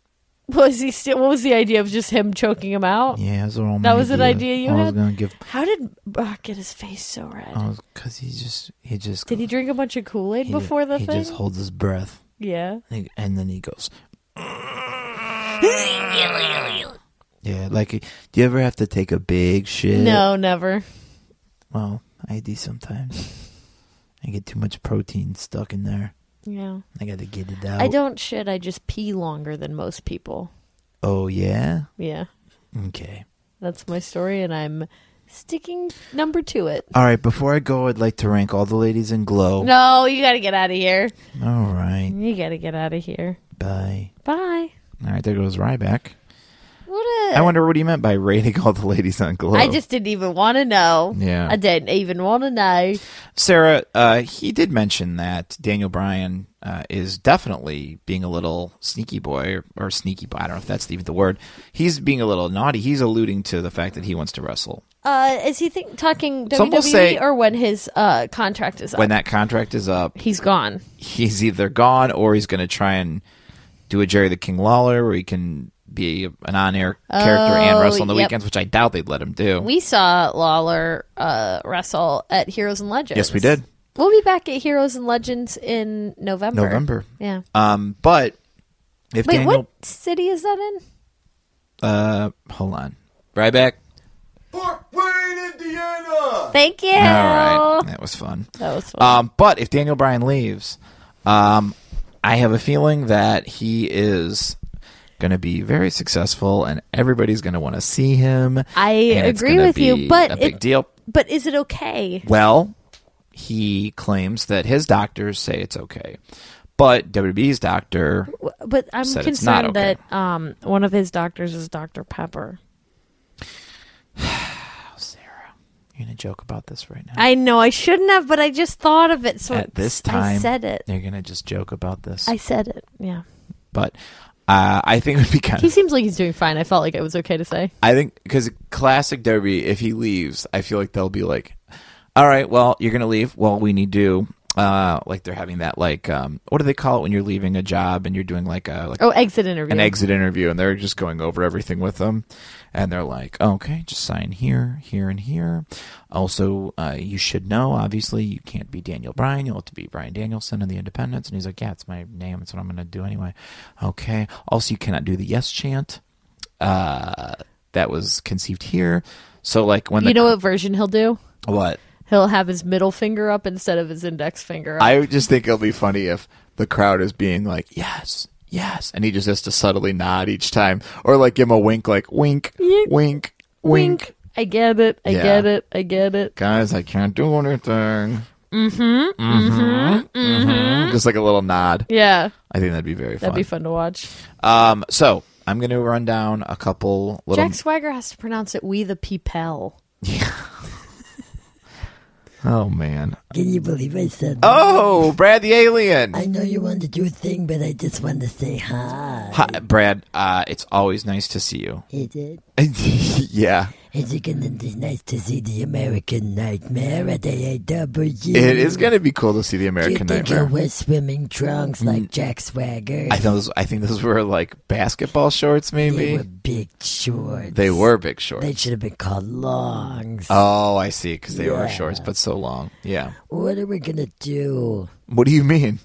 D: What was he? Still, what was the idea of just him choking him out?
C: Yeah, those are all my
D: That was an idea
C: ideas.
D: you
C: I was
D: had?
C: gonna give.
D: How did Brock get his face so red?
C: I was because he just he just
D: Did he drink a bunch of Kool Aid
C: Oh, he
D: before
C: ju-
D: the
C: he
D: thing?
C: just holds his breath.
D: yeah.
C: And he- and then he goes. Yeah, like, do you ever have to take a big shit?
D: No, never.
C: Well, I do sometimes. I get too much protein stuck in there.
D: Yeah.
C: I got to get it out.
D: I don't shit. I just pee longer than most people.
C: Oh yeah.
D: Yeah.
C: Okay.
D: That's my story, and I'm sticking number to it.
C: All right. Before I go, I'd like to rank all the ladies in glow.
D: No, you got to get out of here.
C: All right.
D: You got to get out of here.
C: Bye.
D: Bye.
C: All right. There goes Ryback.
D: What a-
C: I wonder what he meant by rating all the ladies on glow.
D: Uh, I just didn't even want to know.
C: Yeah.
D: I didn't even want to know.
C: Sarah, uh, he did mention that Daniel Bryan uh, is definitely being a little sneaky boy or, or sneaky. boy. I don't know if that's even the word. He's being a little naughty. He's alluding to the fact that he wants to wrestle
D: Uh, is he think, talking
C: Some will
D: WWE
C: say-
D: or when his uh, contract is up?
C: when that contract is up.
D: He's gone.
C: He's either gone or he's going to try and do a Jerry the King Lawler, where he can be an on-air character and
D: Oh,
C: wrestle on the
D: yep.
C: weekends, which I doubt they'd let him do.
D: We saw Lawler uh, wrestle at Heroes and Legends.
C: Yes, we did.
D: We'll be back at Heroes and Legends in November.
C: November.
D: Yeah.
C: Um, but if
D: Wait,
C: Daniel,
D: what city is that in?
C: uh, hold on, Ryback.
A: Fort Wayne, Indiana!
D: Thank you.
C: All right, that was fun.
D: That was fun.
C: Um, but if Daniel Bryan leaves, um, I have a feeling that he is going to be very successful, and everybody's going to want to see him.
D: I
C: and it's
D: agree
C: gonna
D: with you,
C: be
D: but
C: a big
D: it-
C: deal.
D: but is it okay?
C: Well, he claims that his doctors say it's okay, but WWE's doctor,
D: But I'm
C: Said it's not
D: concerned
C: okay.
D: that um, one of his doctors is Dr. Pepper.
C: you're going to joke about this right now.
D: I know I shouldn't have, but I just thought of it. So
C: At this
D: I
C: time,
D: said it.
C: They're going to just joke about this,
D: I said it. Yeah.
C: but. Uh, I think it would be kind
D: He
C: of.
D: seems like he's doing fine. I felt like it was okay to say.
C: I think because classic Derby, if he leaves, I feel like they'll be like, "All right, well, you're gonna leave. Well, we need you." Uh, like they're having that like um, what do they call it when you're leaving a job and you're doing like a like
D: Oh, exit interview.
C: an exit interview and they're just going over everything with them and they're like okay just sign here here and here also uh, you should know obviously you can't be daniel bryan you'll have to be brian danielson in the independents and he's like yeah it's my name it's what i'm gonna do anyway okay also you cannot do the yes chant uh, that was conceived here so like when the
D: You know what version he'll do?
C: what
D: He'll have his middle finger up instead of his index finger up.
C: I would just think it'll be funny if the crowd is being like, yes, yes, and he just has to subtly nod each time, or like give him a wink, like wink,
D: Yeek.
C: wink, wink.
D: I get it. I
C: Yeah.
D: get it. I get it.
C: Guys, I can't do anything. Mm-hmm. Mm-hmm. Just like a little nod.
D: Yeah.
C: I think that'd be very
D: That'd
C: fun.
D: be fun to watch.
C: Um, so I'm gonna run down a couple little.
D: Jack Swagger has to pronounce it we the people.
C: Oh man.
G: Can you believe I said that?
C: Oh, Brad the alien.
G: I know you wanted to do a thing, but I just wanted to say hi.
C: Hi, Brad. Uh, it's always nice to see you. <laughs>
G: Is it?
C: yeah,
G: Is it gonna be nice to see the American Nightmare at AAW?
C: it is gonna be cool to see the
G: Do you
C: American
G: think
C: Nightmare. Mm.
G: he'll wear swimming trunks like Jack Swagger?
C: I those I think those were like basketball shorts,
G: they
C: maybe.
G: were big shorts.
C: They were big shorts.
G: They should have been called longs.
C: oh, I see, because they were
G: Yeah.
C: shorts, but so long. Yeah.
G: what are we gonna do?
C: What do you mean?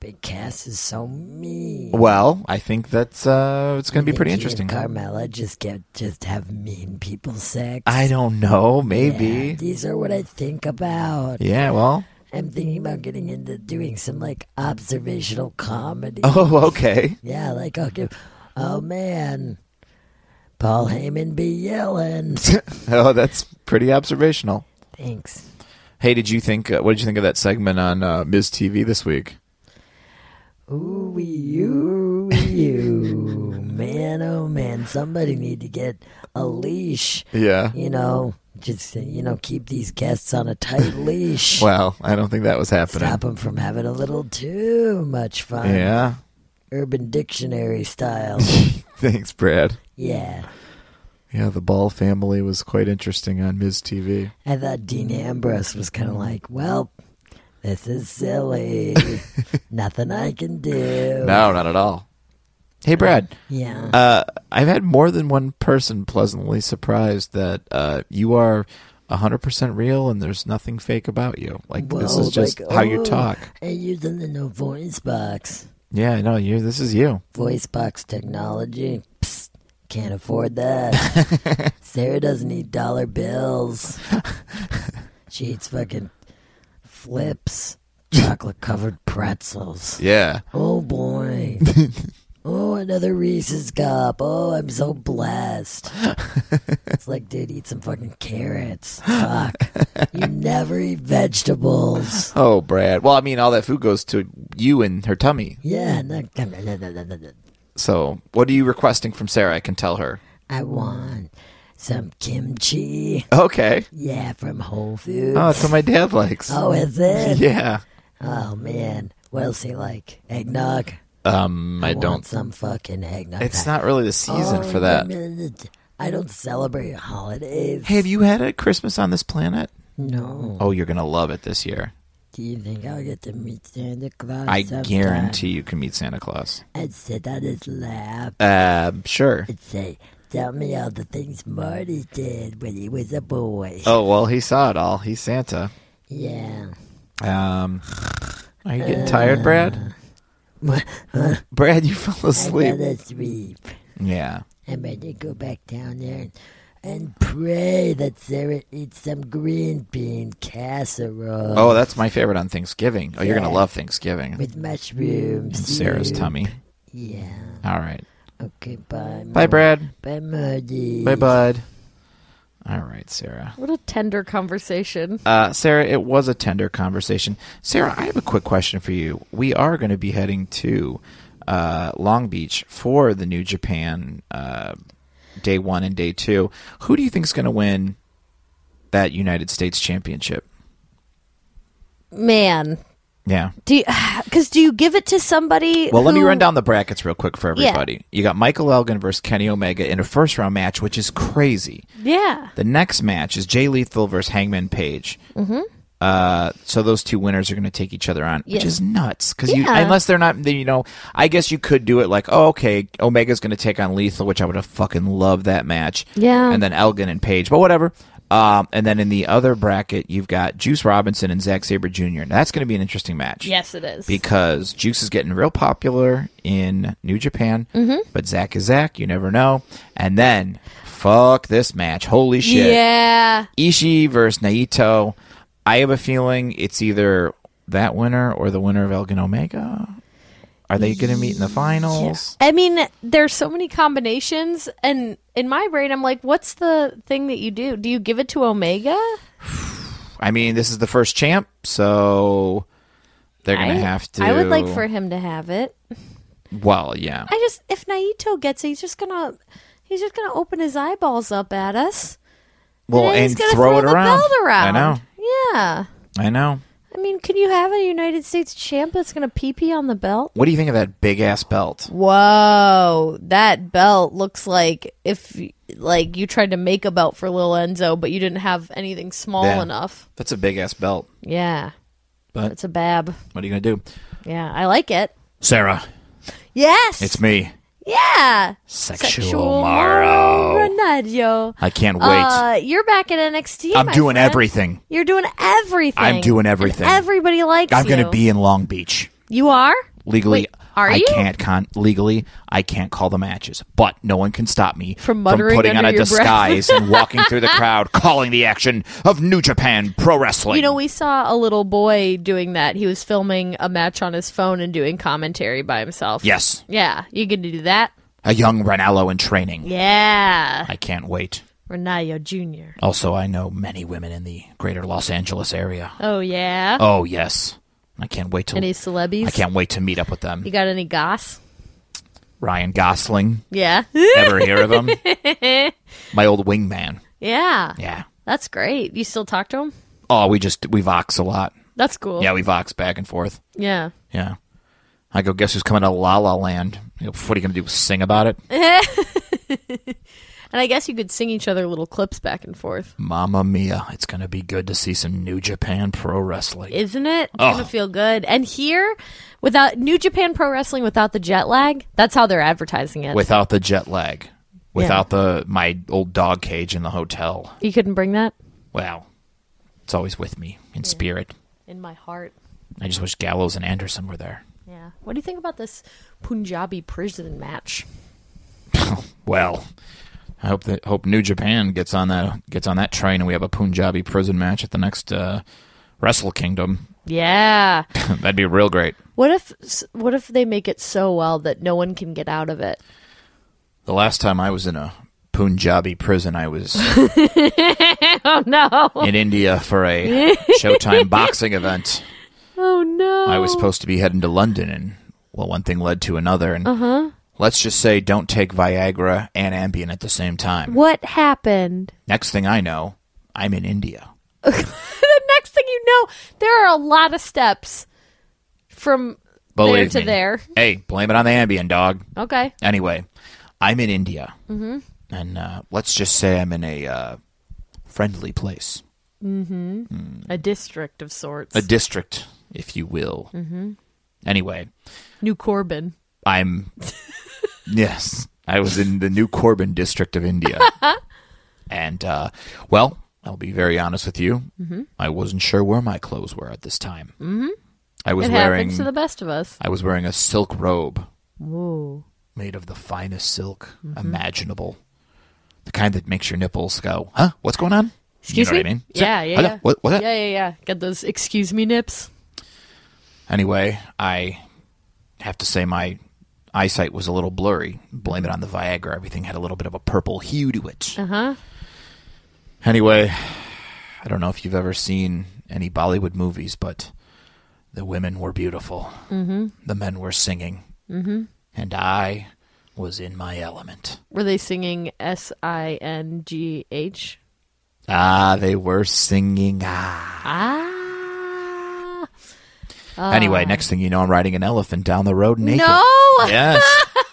G: Big Cass is so mean.
C: Well, I think that's uh, it's going to be
G: Think
C: pretty
G: he and
C: interesting.
G: Carmella just get just have mean people sex.
C: I don't know.
G: Yeah,
C: Maybe.
G: these are what I think about.
C: Yeah. well. <laughs>
G: I'm thinking about getting into doing some like observational comedy.
C: Oh, okay. <laughs>
G: Yeah, like I'll give. Oh man, Paul Heyman be yelling.
C: oh, that's pretty observational.
G: Thanks.
C: Hey, did you think? Uh, what did you think of that segment on uh, Ms. TV this week?
G: Ooh wee, you, you, <laughs> man. Oh man, somebody need to get a leash.
C: Yeah.
G: You know, just you know, keep these guests on a tight
C: <laughs>
G: leash.
C: Well, I don't think that was happening.
G: Stop them from having a little too much fun.
C: Yeah. <laughs>
G: Urban Dictionary style.
C: Thanks, Brad.
G: yeah.
C: Yeah, the Ball family was quite interesting on Ms. TV.
G: I thought Dean Ambrose was kind of like, well, this is silly. Nothing I can do.
C: No, not at all. Hey, Brad.
G: Yeah.
C: Uh, I've had more than one person pleasantly surprised that uh, you are 100% real and there's nothing fake about you. Like, this
G: Well,
C: is just
G: like,
C: how you
G: oh,
C: talk.
G: I use a little voice box.
C: Yeah, no, you. this is you.
G: Voice box technology. Psst. Can't afford that. Sarah doesn't eat dollar bills. She eats fucking flips, chocolate covered pretzels.
C: Yeah. <laughs>
G: Oh boy. oh, another Reese's cup. Oh, I'm so blessed. it's like, dude, eat some fucking carrots. Fuck.
C: <laughs>
G: you never eat vegetables.
C: Oh, Brad. Well, I mean, all that food goes to you and her tummy.
G: Yeah, no,
C: So, what are you requesting from Sarah? I can tell her.
G: I want some kimchi.
C: Okay.
G: Yeah, from Whole Foods.
C: Oh, that's what my dad likes.
G: oh, is it?
C: Yeah.
G: Oh man, what else he like? Eggnog.
C: Um, I
G: want
C: don't.
G: some fucking eggnog.
C: It's not really the season
G: Oh,
C: for that.
G: limited. I don't celebrate holidays.
C: Hey, have you had a Christmas on this planet?
G: No.
C: Oh, you're gonna love it this year.
G: Do you think I'll get to meet Santa Claus?
C: I
G: sometime?
C: guarantee you can meet Santa Claus.
G: I'd sit on his lap
C: Uh, sure.
G: and say, "Tell me all the things Marty did when he was a boy."
C: Oh well, he saw it all. He's Santa.
G: Yeah.
C: Um, are you getting tired, Brad? Brad, you fell
G: Uh, I
C: asleep.
G: gotta sleep.
C: Yeah.
G: I'm gonna go back down there and, and pray that Sarah eats some green bean casserole
C: Oh, that's my favorite on Thanksgiving. Oh, you're gonna love Thanksgiving.
G: with mushrooms.
C: Sarah's
G: soup.
C: tummy.
G: Yeah.
C: All right.
G: Okay. Bye.
C: Bye,
G: Mar-
C: Brad.
G: Bye, Marty.
C: Bye, bud. All right, Sarah.
D: What a tender conversation.
C: Uh, Sarah, it was a tender conversation. Sarah, I have a quick question for you. We are going to be heading to uh, Long Beach for the New Japan uh, day one and day two. Who do you think is going to win that United States Championship?
D: Man.
C: Yeah.
D: Do because do you <sighs> give it to somebody?
C: Well, let me
D: who-
C: run down the brackets real quick for
D: Yeah.
C: everybody. You got Michael Elgin versus Kenny Omega in a first round match, which is crazy.
D: Yeah.
C: The next match is Jay Lethal versus Hangman Page. Mm-hmm. Uh, so those two winners are going to take each other on, which
D: Yes.
C: is nuts. Because you,
D: Yeah.
C: unless they're not, then you know, I guess you could do it like, oh, okay, Omega's going to take on Lethal, which I would have fucking loved that match.
D: Yeah.
C: and then Elgin and Page, but whatever. Um, and then in the other bracket, you've got Juice Robinson and Zack Saber Jr. Now that's going to be an interesting match.
D: Yes, it is.
C: Because Juice is getting real popular in New Japan,
D: Mm-hmm.
C: but Zack is Zack. You never know. And then, fuck this match. Holy shit.
D: Yeah.
C: Ishii versus Naito. I have a feeling it's either that winner or the winner of Elgin Omega. Are they going to meet in the finals?
D: I mean, there's so many combinations, and in my brain, I'm like, what's the thing that you do? Do you give it to Omega?
C: I mean, this is the first champ, so they're going
D: I-
C: to have to.
D: I would like for him to have it.
C: Well, yeah.
D: I just if Naito gets it, he's just gonna he's just gonna open his eyeballs up at us.
C: Well,
D: then he's
C: and
D: gonna
C: throw it
D: the
C: around.
D: belt around.
C: I know.
D: Yeah.
C: I know.
D: I mean, can you have a United States champ that's gonna pee pee on the belt?
C: What do you think of that big ass belt?
D: Whoa, that belt looks like if like you tried to make a belt for Lil Enzo, but you didn't have anything small
C: Yeah.
D: enough.
C: That's a big ass belt.
D: Yeah,
C: But-
D: it's a bab.
C: What are you going to do?
D: Yeah, I like it.
C: Sarah,
D: Yes,
C: it's me,
D: yeah.
C: Sexual,
D: Sexual
C: Morrow.
D: Renadio.
C: I can't wait.
D: Uh, you're back at NXT.
C: I'm
D: my
C: doing
D: friend.
C: everything.
D: You're doing everything.
C: I'm doing
D: And
C: everything.
D: everybody likes
C: I'm going
D: you.
C: to be in Long Beach.
D: You are
C: legally
D: Wait, are
C: I
D: you?
C: can't con- legally I can't call the matches, but no one can stop me
D: From muttering
C: putting on
D: under
C: a
D: your breath.
C: disguise and walking
D: <laughs>
C: through the crowd calling the action of New Japan Pro Wrestling.
D: You know, we saw a little boy doing that. He was filming a match on his phone and doing commentary by himself.
C: yes,
D: Yeah, you can do that.
C: a young Ranallo in training.
D: Yeah.
C: I can't wait.
D: Renato Jr.
C: Also, I know many women in the greater Los Angeles area.
D: Oh, yeah.
C: Oh, yes. I can't wait to
D: Any celebs?
C: I can't wait to meet up with them.
D: You got any goss?
C: Ryan Gosling,
D: Yeah.
C: ever hear of him? My old wingman.
D: <laughs> yeah.
C: Yeah.
D: That's great. You still talk to him?
C: Oh, we just we vox a lot.
D: That's cool.
C: Yeah, we vox back and forth.
D: Yeah.
C: Yeah. I go, guess who's coming to La La Land? You know, What are you going to do? Sing about it?
D: And I guess you could sing each other little clips back and forth.
C: Mamma mia. It's going to be good to see some New Japan pro wrestling.
D: Isn't it? It's going to feel good. And here, without New Japan Pro Wrestling without the jet lag, that's how they're advertising it.
C: without the jet lag, without the my old dog cage in the hotel.
D: you couldn't bring that?
C: Wow. It's always with me in spirit.
D: In my heart.
C: I just wish Gallows and Anderson were there.
D: Yeah. What do you think about this Punjabi prison match?
C: well, I hope that hope New Japan gets on that gets on that train, and we have a Punjabi prison match at the next uh, Wrestle Kingdom. <laughs>
D: Yeah.
C: That'd be real great.
D: What if what if they make it so well that no one can get out of it?
C: The last time I was in a Punjabi prison, I was
D: <laughs> Oh no.
C: in India for a
D: <laughs>
C: Showtime boxing event.
D: Oh no.
C: I was supposed to be heading to London, and well, one thing led to another, and
D: Uh-huh.
C: let's just say, don't take Viagra and Ambien at the same time.
D: What happened? <laughs>
C: Next thing I know, I'm in India.
D: the next thing you know, there are a lot of steps from
C: Believe
D: there
C: me.
D: to there.
C: Hey, blame it on the Ambien, dog.
D: Okay.
C: Anyway, I'm in India, mm-hmm. and uh, let's just say I'm in a uh, friendly place,
D: A district of sorts.
C: a district, if you will. Mm-hmm. Anyway,
D: New Corbin. <laughs>
C: I'm. yes, I was in the New Corbin district
D: <laughs>
C: of India. and, uh, well, I'll be very honest with you.
D: Mm-hmm.
C: I wasn't sure where my clothes were at this time. Mm-hmm. I was
D: It
C: wearing.
D: happens to the best of us.
C: I was wearing a silk robe
D: Whoa.
C: made of the finest silk
D: Mm-hmm.
C: imaginable, the kind that makes your nipples go, "Huh? What's going on?"
D: Excuse
C: you know
D: me?
C: What I mean? Is
D: Yeah,
C: that-
D: yeah,
C: huh?
D: yeah.
C: What, what's that?
D: Yeah, yeah, yeah. Got those excuse me nips.
C: Anyway, I have to say my eyesight was a little blurry. Blame it on the Viagra. Everything had a little bit of a purple hue to it.
D: Uh huh.
C: Anyway, I don't know if you've ever seen any Bollywood movies, but the women were beautiful. Mm-hmm. The men were singing. Mm-hmm. And I was in my element.
D: Were they singing S I N G H?
C: Ah, they were singing. Ah.
D: Ah.
C: Anyway, next thing you know, I'm riding an elephant down the road naked.
D: No. <laughs>
C: Yes.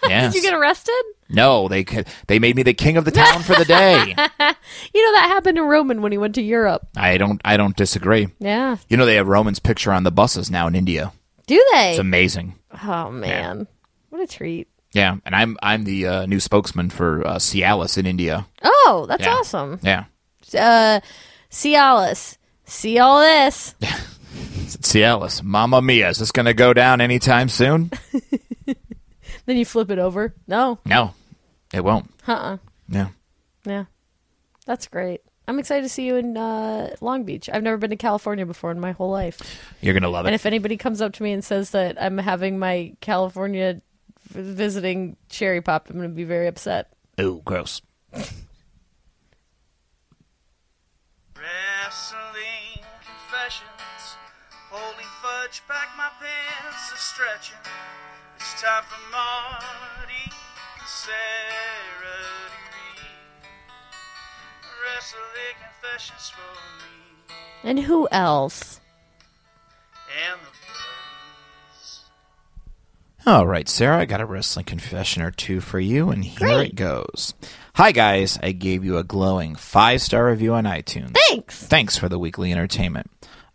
C: Yes.
D: Did you get arrested?
C: no, they c- they made me the king of the town for
D: <laughs>
C: the day.
D: You know that happened to Roman when he went to Europe.
C: I don't I don't disagree.
D: Yeah.
C: You know they have Roman's picture on the buses now in India.
D: Do they?
C: It's amazing.
D: oh man. What a treat.
C: Yeah, and I'm I'm the uh, new spokesman for uh, Cialis in India.
D: Oh, that's
C: Yeah.
D: awesome.
C: Yeah,
D: Uh Cialis. See all
C: <laughs>
D: this.
C: it's Cialis. Mamma mia, is this going to go down
D: <laughs>
C: anytime soon?
D: Then you flip it over. No.
C: No, it won't.
D: Uh uh
C: Yeah,
D: Yeah. That's great. I'm excited to see you in uh, Long Beach. I've never been to California before in my whole life.
C: you're gonna love
D: And
C: it.
D: if anybody comes up to me and says that I'm having my California v- visiting cherry pop, I'm going to be very upset.
C: Ooh, gross.
H: Wrestling confessions. Holy fudge, back my pants are stretching. It's time for Marty and Sarah to read. Wrestling confessions for me
D: And who else?
H: and the boys.
C: All right, Sarah, I got a wrestling confession or two for you, and here it goes. Hi, guys. I gave you a glowing five star review on iTunes.
D: Thanks.
C: Thanks for the weekly entertainment.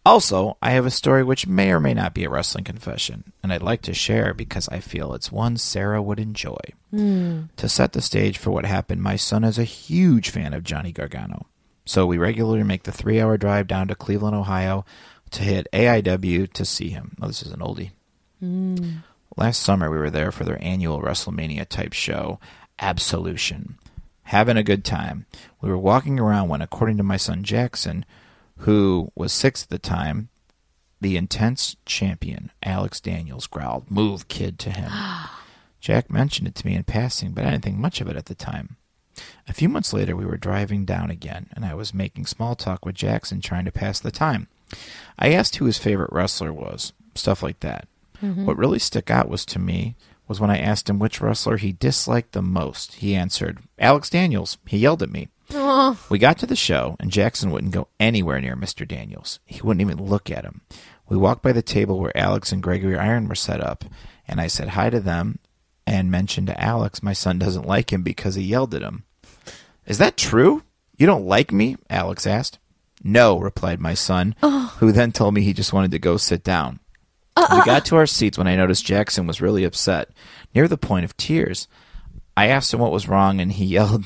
C: Also, I have a story which may or may not be a wrestling confession, and I'd like to share because I feel it's one Sarah would enjoy. To set the stage for what happened, my son is a huge fan of Johnny Gargano. So we regularly make the three hour drive down to Cleveland, Ohio to hit AIW to see him. Oh, this is an oldie. Last summer, we were there for their annual WrestleMania type show, Absolution. Having a good time. We were walking around when, according to my son Jackson, who was six at the time, the intense champion, Alex Daniels, growled, Move, kid, to him. Jack mentioned it to me in passing, but I didn't think much of it at the time. A few months later, we were driving down again, and I was making small talk with Jackson, trying to pass the time. I asked who his favorite wrestler was, stuff like that. What really stuck out was to me was when I asked him which wrestler he disliked the most. He answered, Alex Daniels. He yelled at me. We got to the show, and Jackson wouldn't go anywhere near Mr. Daniels. He wouldn't even look at him. We walked by the table where Alex and Gregory Iron were set up, and I said hi to them and mentioned to Alex my son doesn't like him because he yelled at him. Is that true? You don't like me? Alex asked. No, replied my son, who then told me he just wanted to go sit down. we got to our seats when I noticed Jackson was really upset, near the point of tears. I asked him what was wrong, and he <laughs> yelled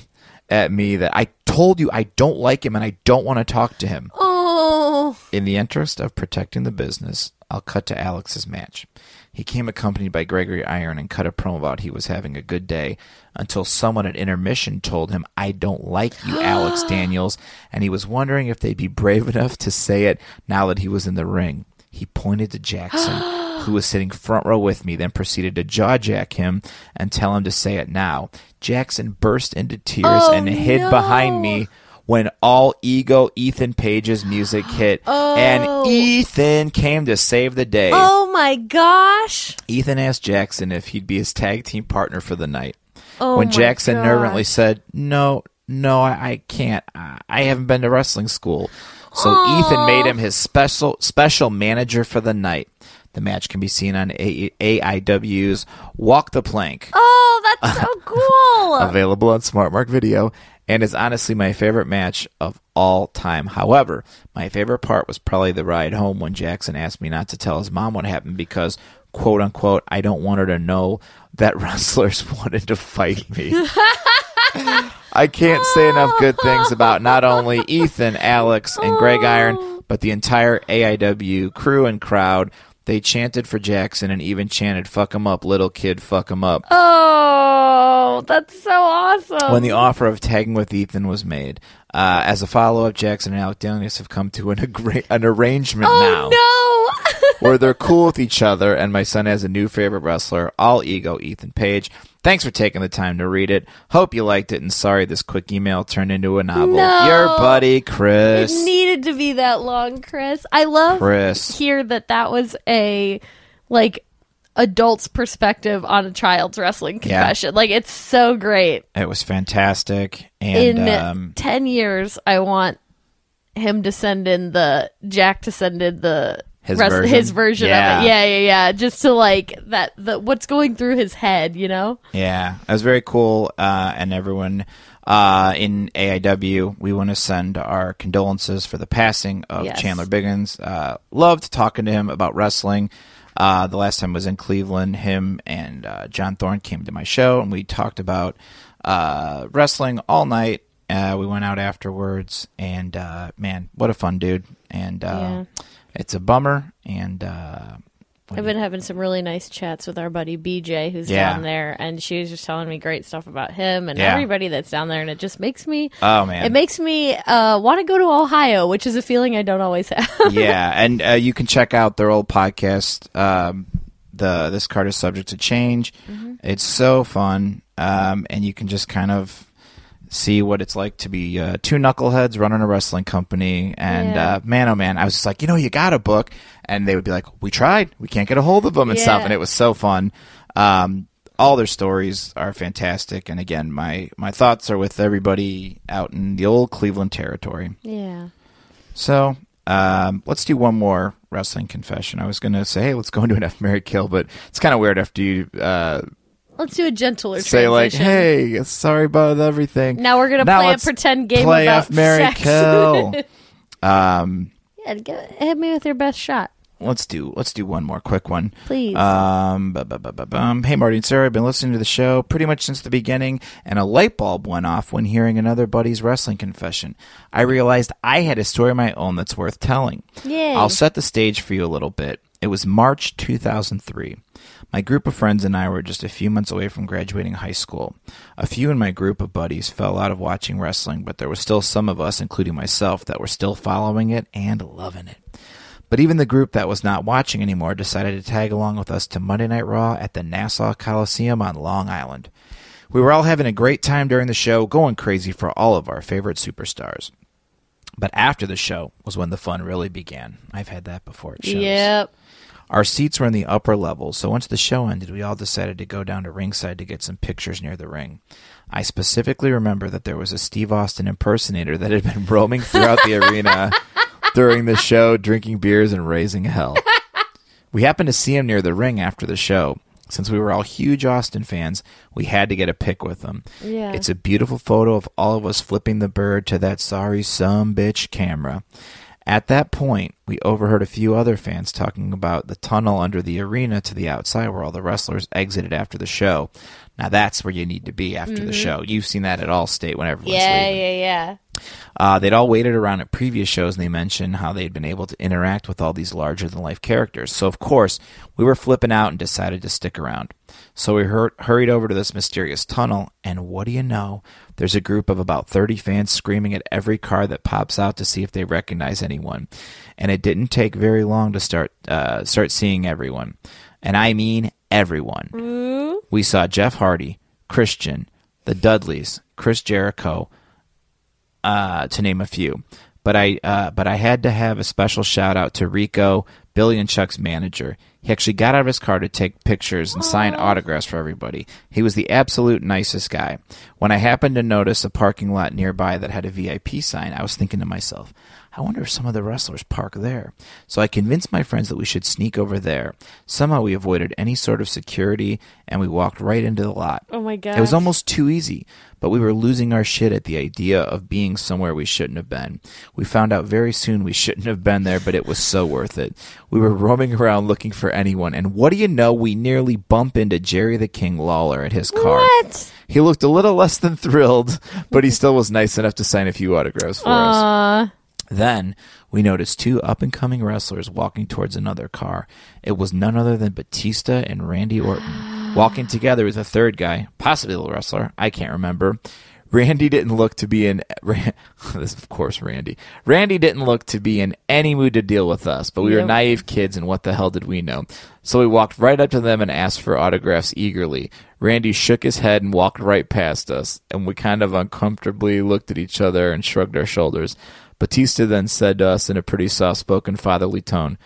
C: at me that I told you I don't like him and I don't want to talk to him.
D: Oh.
C: In the interest of protecting the business, I'll cut to Alex's match. He came accompanied by Gregory Iron and cut a promo about he was having a good day until someone at intermission told him, I don't like you, Alex Daniels, and he was wondering if they'd be brave enough to say it now that he was in the ring. He pointed to Jackson, who was sitting front row with me, then proceeded to jawjack him and tell him to say it now. Jackson burst into tears and hid behind me
E: Oh.
C: when all ego Ethan Page's
E: <gasps>
C: music hit and Ethan came to save the day.
E: Oh my gosh.
C: Ethan asked Jackson if he'd be his tag team partner for the night.
E: Oh
C: when
E: my
C: Jackson
E: gosh.
C: nervously said, "No, no, I, I can't. I, I haven't been to wrestling school." So Ethan made him his special special manager for the night. The match can be seen on A- AIW's Walk the Plank,
E: Oh,
C: <laughs>
E: that's so cool.
C: available on SmartMark Video, and is honestly my favorite match of all time. However, my favorite part was probably the ride home when Jackson asked me not to tell his mom what happened because, quote unquote, I don't want her to know that <laughs> wrestlers wanted to fight me. I can't say enough good things about not only Ethan, Alex, and Greg Iron, but the entire AIW crew and crowd. They chanted for Jackson and even chanted, fuck him up, little kid, fuck him up
E: Oh, that's so awesome.
C: when the offer of tagging with Ethan was made. Uh, as a follow up, Jackson and Alec Daniels have come to an, agra- an arrangement now
E: oh <laughs> no.
C: where they're cool with each other, and my son has a new favorite wrestler, all ego Ethan Page. Thanks for taking the time to read it. Hope you liked it, and sorry this quick email turned into a novel.
E: No.
C: Your buddy, Chris.
E: It needed to be that long, Chris. I love
C: Chris.
E: here that that was a like adult's perspective on a child's wrestling confession. Like it's so great.
C: It was fantastic. And
E: in
C: um,
E: 10 years I want him to send in the Jack to send in the
C: His
E: wrest-
C: version?
E: his version
C: Yeah.
E: of it. Yeah, yeah, yeah. Just to like that the what's going through his head, you know?
C: Yeah, it was very cool. Uh, and everyone uh, in AIW, we want to send our condolences for the passing of
E: Yes.
C: Chandler Biggins. Uh, loved talking to him about wrestling. Uh, the last time I was in Cleveland, him and uh, John Thorne came to my show, and we talked about uh, wrestling all night. Uh, we went out afterwards, and uh, man, what a fun dude! And uh, it's a bummer. And uh,
E: I've been having some really nice chats with our buddy BJ, who's
C: Yeah.
E: down there, and she was just telling me great stuff about him and
C: Yeah.
E: everybody that's down there, and it just makes me,
C: oh man,
E: it makes me uh, want to go to Ohio, which is a feeling I don't always have. <laughs>
C: yeah, and uh, you can check out their old podcast. Um, the this card is subject to change.
E: Mm-hmm.
C: It's so fun, um, and you can just kind of see what it's like to be uh, two knuckleheads running a wrestling company. And
E: Yeah.
C: uh, man, oh man, I was just like, you know, you got a book, and they would be like, we tried, we can't get a hold of them and stuff,
E: Yeah.
C: and it was so fun. Um, all their stories are fantastic, and again, my my thoughts are with everybody out in the old Cleveland territory.
E: yeah.
C: So um, let's do one more wrestling confession. I was going to say, hey, let's go into an F Mary Kill, but it's kind of weird after you uh,
E: Let's do a gentler
C: say like,
E: transition.
C: hey, sorry about everything.
E: Now we're gonna
C: Now
E: play a
C: let's
E: pretend game
C: play
E: about
C: F Mary
E: sex.
C: Kill.
E: <laughs> yeah, go, hit me with your best shot,
C: let's do let's do one more quick one.
E: please.
C: Um, bu- bu- bu- bu- bum. Hey, Marty and Sarah, I've been listening to the show pretty much since the beginning, and a light bulb went off when hearing another buddy's wrestling confession. I realized I had a story of my own that's worth telling.
E: Yay.
C: I'll set the stage for you a little bit. It was March 2003. My group of friends and I were just a few months away from graduating high school. A few in my group of buddies fell out of watching wrestling, but there were still some of us, including myself, that were still following it and loving it. But even the group that was not watching anymore decided to tag along with us to Monday Night Raw at the Nassau Coliseum on Long Island. We were all having a great time during the show, going crazy for all of our favorite superstars. But after the show was when the fun really began. I've had that before at shows.
E: yep.
C: Our seats were in the upper level, so once the show ended, we all decided to go down to ringside to get some pictures near the ring. I specifically remember that there was a Steve Austin impersonator that had been <laughs> roaming throughout the arena during the show, drinking beers and raising hell. We happened to see him near the ring after the show. Since we were all huge Austin fans, we had to get a pic with him.
E: Yeah.
C: It's a beautiful photo of all of us flipping the bird to that sorry some bitch camera. At that point, we overheard a few other fans talking about the tunnel under the arena to the outside where all the wrestlers exited after the show. Now that's where you need to be after the show. You've seen that at all state when everyone's
E: Yeah,
C: leaving.
E: yeah, yeah.
C: Uh, they'd all waited around at previous shows, and they mentioned how they'd been able to interact with all these larger than life characters. So, of course, we were flipping out and decided to stick around. So, we hur- hurried over to this mysterious tunnel, and what do you know? There's a group of about 30 fans screaming at every car that pops out to see if they recognize anyone. And it didn't take very long to start uh, start seeing everyone. And I mean everyone. We saw Jeff Hardy, Christian, the Dudleys, Chris Jericho, uh, to name a few. But I uh, but I had to have a special shout out to Rico, Billy and Chuck's manager. He actually got out of his car to take pictures and sign autographs for everybody. He was the absolute nicest guy. When I happened to notice a parking lot nearby that had a VIP sign, I was thinking to myself, I wonder if some of the wrestlers park there. So I convinced my friends that we should sneak over there. Somehow we avoided any sort of security and we walked right into the lot.
E: Oh my
C: It was
E: gosh.
C: almost too easy, but we were losing our shit at the idea of being somewhere we shouldn't have been. We found out very soon we shouldn't have been there, but it was so worth it. We were roaming around looking for anyone, and what do you know? We nearly bump into Jerry the King Lawler at his car.
E: What?
C: He looked a little less than thrilled, but he still was nice enough to sign a few autographs for us.
E: Uh,
C: Then we noticed two up and coming wrestlers walking towards another car. It was none other than Batista and Randy Orton. walking together with a third guy, possibly the wrestler, I can't remember. Randy didn't look to be in. <laughs> Ran, this, is, of course, Randy. Randy didn't look to be in any mood to deal with us, but we were
E: Nope.
C: naive kids, and what the hell did we know? So we walked right up to them and asked for autographs eagerly. Randy shook his head and walked right past us, and we kind of uncomfortably looked at each other and shrugged our shoulders. Batista then said to us in a pretty soft spoken, fatherly tone,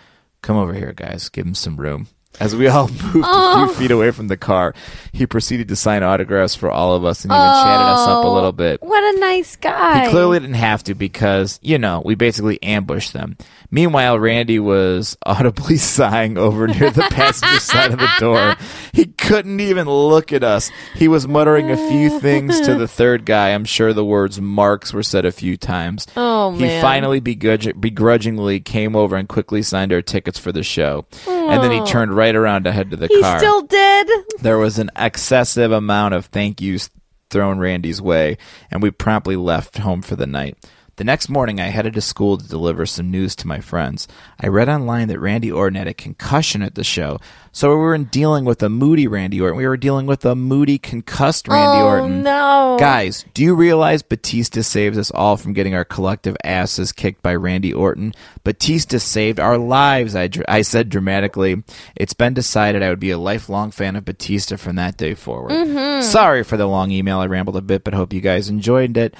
C: Come over here, guys, give him some room. As we all <laughs> moved a few feet away from the car, he proceeded to sign autographs for all of us and even chatted us up a little bit.
E: what a nice guy.
C: He clearly didn't have to because, you know, we basically ambushed them. Meanwhile, Randy was <laughs> audibly sighing over near the passenger side of the
E: <laughs>
C: door. He couldn't even look at us. He was muttering a
E: <laughs>
C: few things to the third guy. I'm sure the words marks were said a few times.
E: Oh,
C: He
E: man.
C: finally begrudg- begrudgingly came over and quickly signed our tickets for the show. And then he turned right around to head to the
E: He
C: car
E: still did.
C: there was an excessive amount of thank yous thrown Randy's way, and we promptly left home for the night. The next morning, I headed to school to deliver some news to my friends. I read online that Randy Orton had a concussion at the show, so we weren't dealing with a moody Randy Orton. We were dealing with a moody, concussed Randy
D: Oh,
C: Orton.
E: Oh, No.
C: Guys, do you realize Batista saves us all from getting our collective asses kicked by Randy Orton? Batista saved our lives, I, dr- I said dramatically. It's been decided I would be a lifelong fan of Batista from that day forward.
E: Mm-hmm.
C: Sorry for the long email. I rambled a bit, but hope you guys enjoyed it.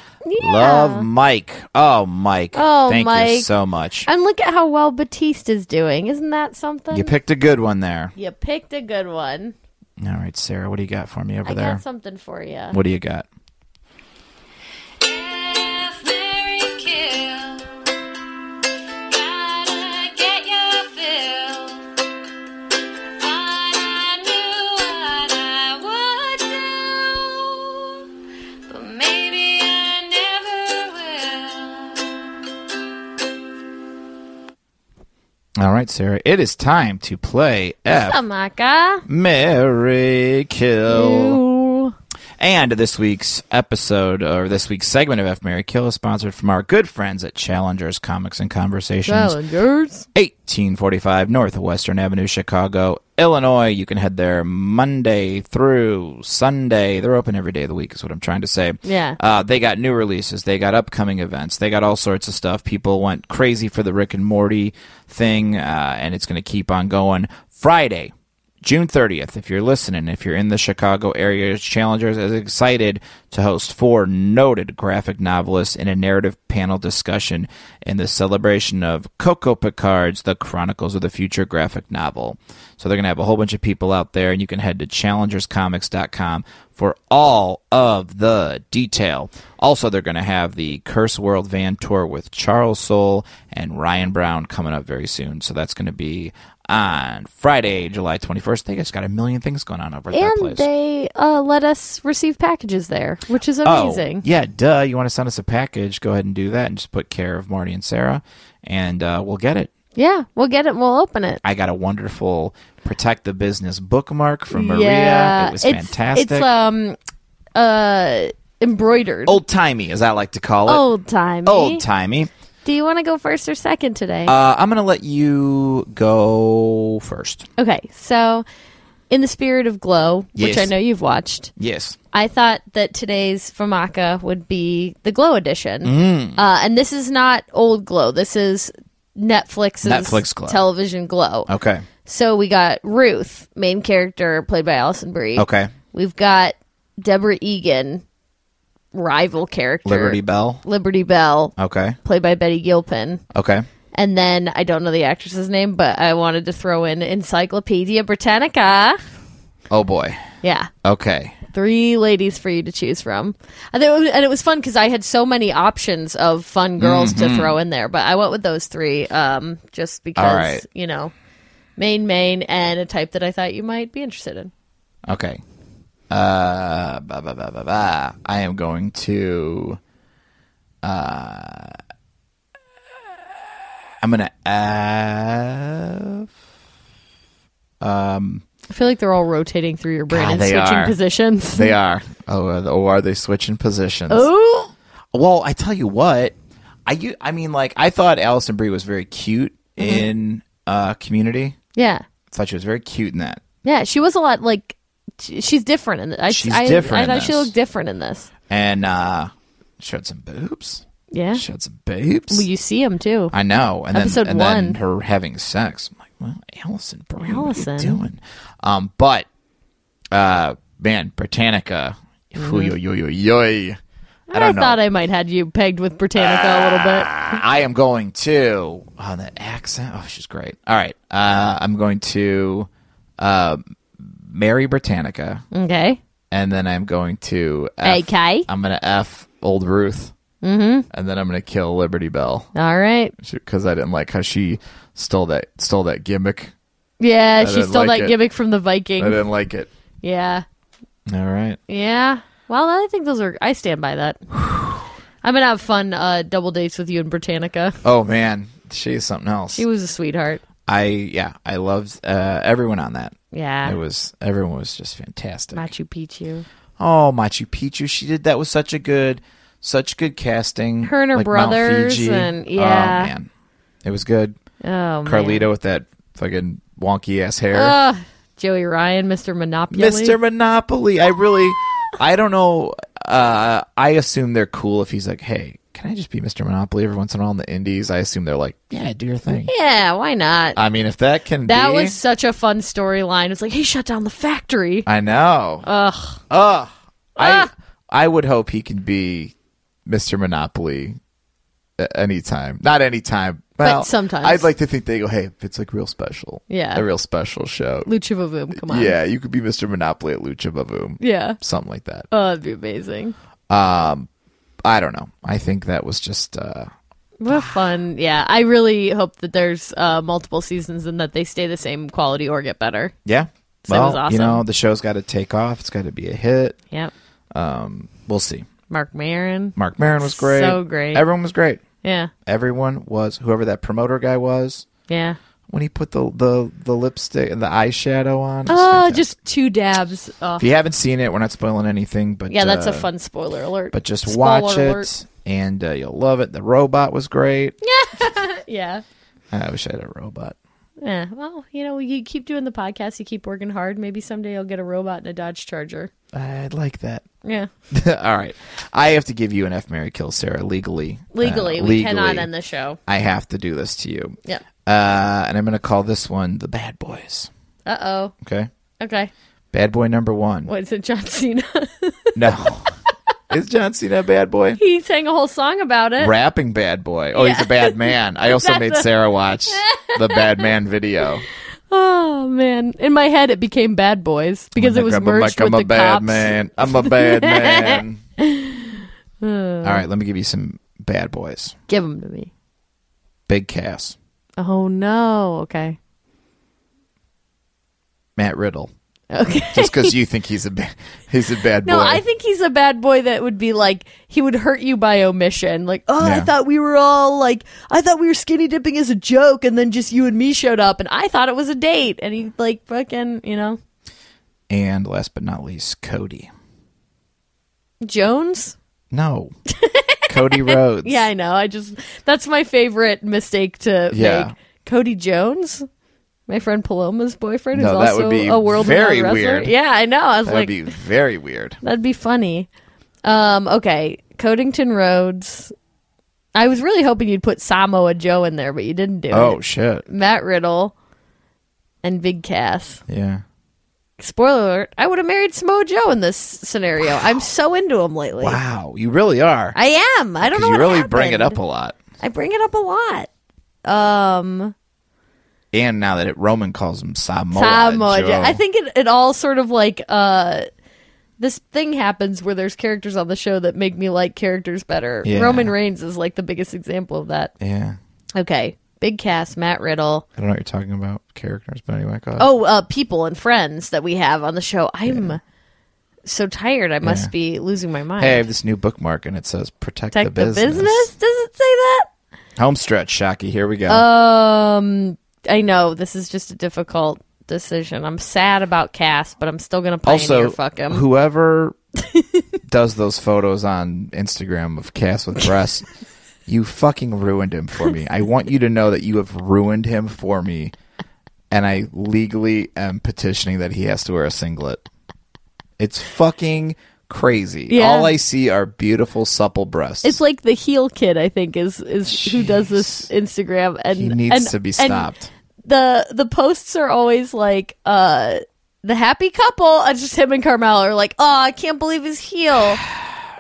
C: Love Mike. Oh, Mike.
E: Oh,
C: Thank you
E: Mike.
C: so much.
E: And look at how well Batista's doing. Isn't that something?
C: you picked a good one there.
E: You picked a good one.
C: All right, Sarah, what do you got for me over
E: I
C: there?
E: got something for you.
C: what do you got?
B: If Mary kill, gotta get your fill. Thought I knew what I would do, but maybe I never will.
C: All right, Sarah, it is time to play F.
E: Oh my god.
C: Mary Kill.
E: Ooh.
C: And this week's episode, or this week's segment of F. Mary Kill, is sponsored from our good friends at Challengers Comics and Conversations.
E: Challengers.
C: 1845 Northwestern Avenue, Chicago, Illinois. You can head there Monday through Sunday. They're open every day of the week, is what I'm trying to say.
E: Yeah.
C: Uh, they got new releases. They got upcoming events. They got all sorts of stuff. People went crazy for the Rick and Morty thing, uh, and it's going to keep on going. Friday, June 30th, if you're listening, if you're in the Chicago area, Challengers is excited to host four noted graphic novelists in a narrative panel discussion in the celebration of Coco Picard's The Chronicles of the Future graphic novel. So they're going to have a whole bunch of people out there, and you can head to challengerscomics.com for all of the detail. Also, they're going to have the Curse World Van Tour with Charles Soule and Ryan Brown coming up very soon. So that's going to be on Friday, July 21st. They just got a million things going on over at that
D: And
C: place.
D: they uh, let us receive packages there, which is
C: Oh,
D: amazing.
C: yeah, duh. You want to send us a package? Go ahead and do that and just put care of Marty and Sarah, and uh, we'll get it.
D: Yeah, we'll get it. and We'll open it.
C: I got a wonderful protect the business bookmark from Maria.
D: yeah,
C: it was
D: it's,
C: fantastic.
D: It's um, uh, embroidered,
C: old timey, as I like to call it.
D: old timey.
C: Old timey.
D: Do you want to go first or second today?
C: Uh, I'm gonna let you go first.
D: okay, so in the spirit of Glow, which
C: Yes.
D: I know you've watched,
C: Yes.
D: I thought that today's Famaka would be the Glow edition,
C: Mm.
D: uh, and this is not old Glow. This is Netflix's
C: Netflix Glow. Oh.
D: television Glow.
C: Okay.
D: So we got Ruth, main character played by Allison Brie.
C: Okay.
D: We've got Deborah Egan, rival character.
C: Liberty Bell. Oh.
D: Liberty Bell,
C: Okay.
D: played by Betty Gilpin.
C: Okay.
D: And then I don't know the actress's name, but I wanted to throw in Encyclopedia Britannica.
C: Oh boy.
D: Yeah.
C: Okay.
D: Three ladies for you to choose from. And it was, and it was fun because I had so many options of fun girls
C: Mm-hmm.
D: to throw in there, but I went with those three um, just because,
C: right.
D: you know, main, main, and a type that I thought you might be interested in.
C: Okay. Uh, ba, ba, ba, ba, ba. I am going to. Uh, I'm gonna F.
D: I feel like they're all rotating through your brain
C: God,
D: and
C: they
D: switching
C: are.
D: positions.
C: They are. Oh, are the- oh, are they switching positions?
D: Ooh.
C: Well, I tell you what, I u- I mean, like I thought Allison Brie was very cute
D: Mm-hmm.
C: in uh, Community.
D: Yeah.
C: I thought she was very cute in that,
D: Yeah, she was a lot like sh- she's different in this. I,
C: She's
D: I,
C: different
D: I,
C: in
D: thought she
C: this.
D: looked different in this.
C: and uh, showed some boobs.
D: Yeah.
C: Showed some boobs.
D: Well, you see him too.
C: I know. And
D: Episode
C: then, and
D: one.
C: then her having sex. I'm like, well, Allison, Brie,
D: Allison.
C: what are you doing? Um, but uh, man, Britannica, Ooh, yo, yo, yo, yo. I don't know. Ah.
D: thought Mm-hmm. I might had you pegged with Britannica a little bit.
C: I am going to oh that accent. Oh, she's great. All right, uh, I'm going to uh, marry Britannica,
D: Okay.
C: and then I'm going to F,
D: Okay.
C: I'm gonna f old Ruth, mm-hmm. and then I'm gonna kill Liberty Bell
D: All right.
C: because I didn't like how she stole that stole that gimmick.
D: Yeah, she
C: didn't
D: stole
C: like
D: that
C: it.
D: gimmick from the
C: I
D: Viking.
C: didn't like it.
D: Yeah.
C: All right,
D: Yeah. Well, I think those are. I stand by that. <sighs> I'm gonna have fun uh, double dates with you and Britannica.
C: Oh man, she's something else.
D: She was a sweetheart.
C: I yeah, I loved uh, everyone on that.
D: Yeah.
C: It was everyone was just fantastic.
D: Machu Picchu.
C: Oh, Machu Picchu. She did that was such a good, such good casting.
D: Her and her
C: Like Mount
D: brothers
C: Fiji.
D: and-
C: Oh,
D: yeah.
C: man. it was good.
D: Oh
C: Carlito
D: man.
C: with that fucking wonky ass hair.
D: Ugh. Joey Ryan, Mr. Monopoly.
C: Mr. Monopoly. I really, I don't know. Uh, I assume they're cool if he's like, hey, can I just be Mr. Monopoly every once in a while in the Indies? I assume they're like, yeah, do
D: <laughs>
C: your thing.
D: Yeah, why not?
C: I mean, if that can
D: That
C: be,
D: was such a fun storyline. It's like he shut down the factory.
C: I know.
D: Ugh.
C: Ugh. I
D: Ah.
C: I would hope he can be Mr. Monopoly a- anytime. Not anytime. Well,
D: sometimes.
C: I'd like to think they go, hey, if it's like real special.
D: Yeah.
C: A real special show.
D: Lucha Vavoom, come on.
C: Yeah, you could be Mr. Monopoly at Lucha Vavoom.
D: Yeah.
C: Something like that.
D: Oh, that'd be amazing.
C: I don't know. I think that was just uh
D: What fun. Yeah. I really hope that there's uh, multiple seasons and that they stay the same quality or get better.
C: yeah.
D: So it
C: well,
D: was awesome.
C: you know, the show's got to take off. It's got to be a hit.
D: Yep.
C: We'll see.
D: Mark Maron.
C: Mark Maron was great.
D: So great.
C: Everyone was great.
D: Yeah.
C: Everyone was whoever that promoter guy was.
D: Yeah.
C: when he put the the, the lipstick and the eyeshadow on. it was
D: Oh,
C: fantastic.
D: just two dabs. Oh.
C: if you haven't seen it, we're not spoiling anything, but
D: Yeah, that's
C: uh,
D: a fun spoiler alert.
C: But just
D: Spoiler
C: watch
D: alert.
C: it, and uh, you'll love it. The robot was great.
D: Yeah.
C: I wish I had a robot.
D: Yeah. Well, you know, you keep doing the podcast, you keep working hard. Maybe someday you'll get a robot and a Dodge Charger.
C: I'd like that. <laughs>
D: Yeah.
C: All right, I have to give you an F Mary Kill Sarah legally. Uh,
D: Legally, we cannot end the show.
C: I have to do this to you.
D: Yep.
C: Uh, and I'm going to call this one the Bad Boys.
D: Uh oh.
C: Okay,
D: Okay.
C: Bad Boy number one.
D: What is it, John Cena? <laughs>
C: No, <laughs> is John Cena a bad boy?
D: he sang a whole song about it.
C: rapping bad boy. Oh, he's a bad man. I also
D: That's
C: made
D: a- <laughs>
C: Sarah watch the bad man video.
D: Oh man. In my head, it became Bad Boys because it was
C: I'm a-
D: merged
C: I'm
D: with
C: a
D: the
C: bad
D: cops.
C: man. I'm a
D: <laughs>
C: bad man. All
D: Uh.
C: right, let me give you some bad boys.
D: Give them to me.
C: Big Cass,
D: Oh no. Okay.
C: Matt Riddle.
D: Okay.
C: Just because
D: <laughs>
C: you think he's a ba- he's a bad
D: No,
C: boy.
D: I think he's a bad boy that would be like he would hurt you by omission. Like, oh, I
C: Yeah.
D: thought we were all like I thought we were skinny dipping as a joke and then just you and me showed up and I thought it was a date and he like fucking, you know,
C: and last but not least, Cody.
D: Jones?
C: No,
D: <laughs>
C: Cody Rhodes.
D: Yeah, I know. I just that's my favorite mistake to
C: Yeah.
D: make. Cody Jones? My friend Paloma's boyfriend
C: No,
D: who's
C: that would
D: also
C: be
D: a world
C: very
D: renowned wrestler.
C: weird.
D: Yeah, I know. I was
C: that would
D: like
C: be very weird.
D: That'd be funny. Um, okay, Codington Rhodes. I was really hoping you'd put Samoa Joe in there, but you didn't do
C: Oh
D: it.
C: shit!
D: Matt Riddle and Big Cass.
C: Yeah,
D: Spoiler alert, I would have married Samoa Joe in this scenario. I'm so into him lately.
C: wow, you really are.
D: I am. I don't know
C: you
D: what
C: really
D: happened.
C: bring it up a lot.
D: I bring it up a lot. Um,
C: And now that it, Roman calls him Samoa,
D: Samoa
C: Joe.
D: Joe. I think it, it all sort of like uh this thing happens where there's characters on the show that make me like characters better.
C: Yeah.
D: Roman Reigns is like the biggest example of that.
C: Yeah,
D: Okay. Big cast, Matt Riddle.
C: I don't know what you're talking about characters, but anyway, go ahead.
D: Oh, uh, people and friends that we have on the show. I'm so tired. I must
C: Yeah.
D: be losing my mind.
C: Hey, I have this new bookmark and it says protect,
D: Protect
C: the business.
D: Does it say that?
C: Homestretch, Shocky. Here we go.
D: Oh, Um, I know this is just a difficult decision. I'm sad about Cass, but I'm still gonna pioneer
C: also,
D: fuck him. <laughs>
C: whoever does those photos on Instagram of Cass with breasts, you fucking ruined him for me. I want you to know that you have ruined him for me, and I legally am petitioning that he has to wear a singlet. It's fucking crazy.
D: Yeah.
C: All I see are beautiful, supple breasts.
D: It's like the heel kid, I think, is is who does this Instagram and
C: he needs
D: and,
C: to be
D: and
C: stopped.
D: the the posts are always like uh the happy couple. It's just him and Carmelo are like, oh, I can't believe his
C: <sighs>
D: heel. And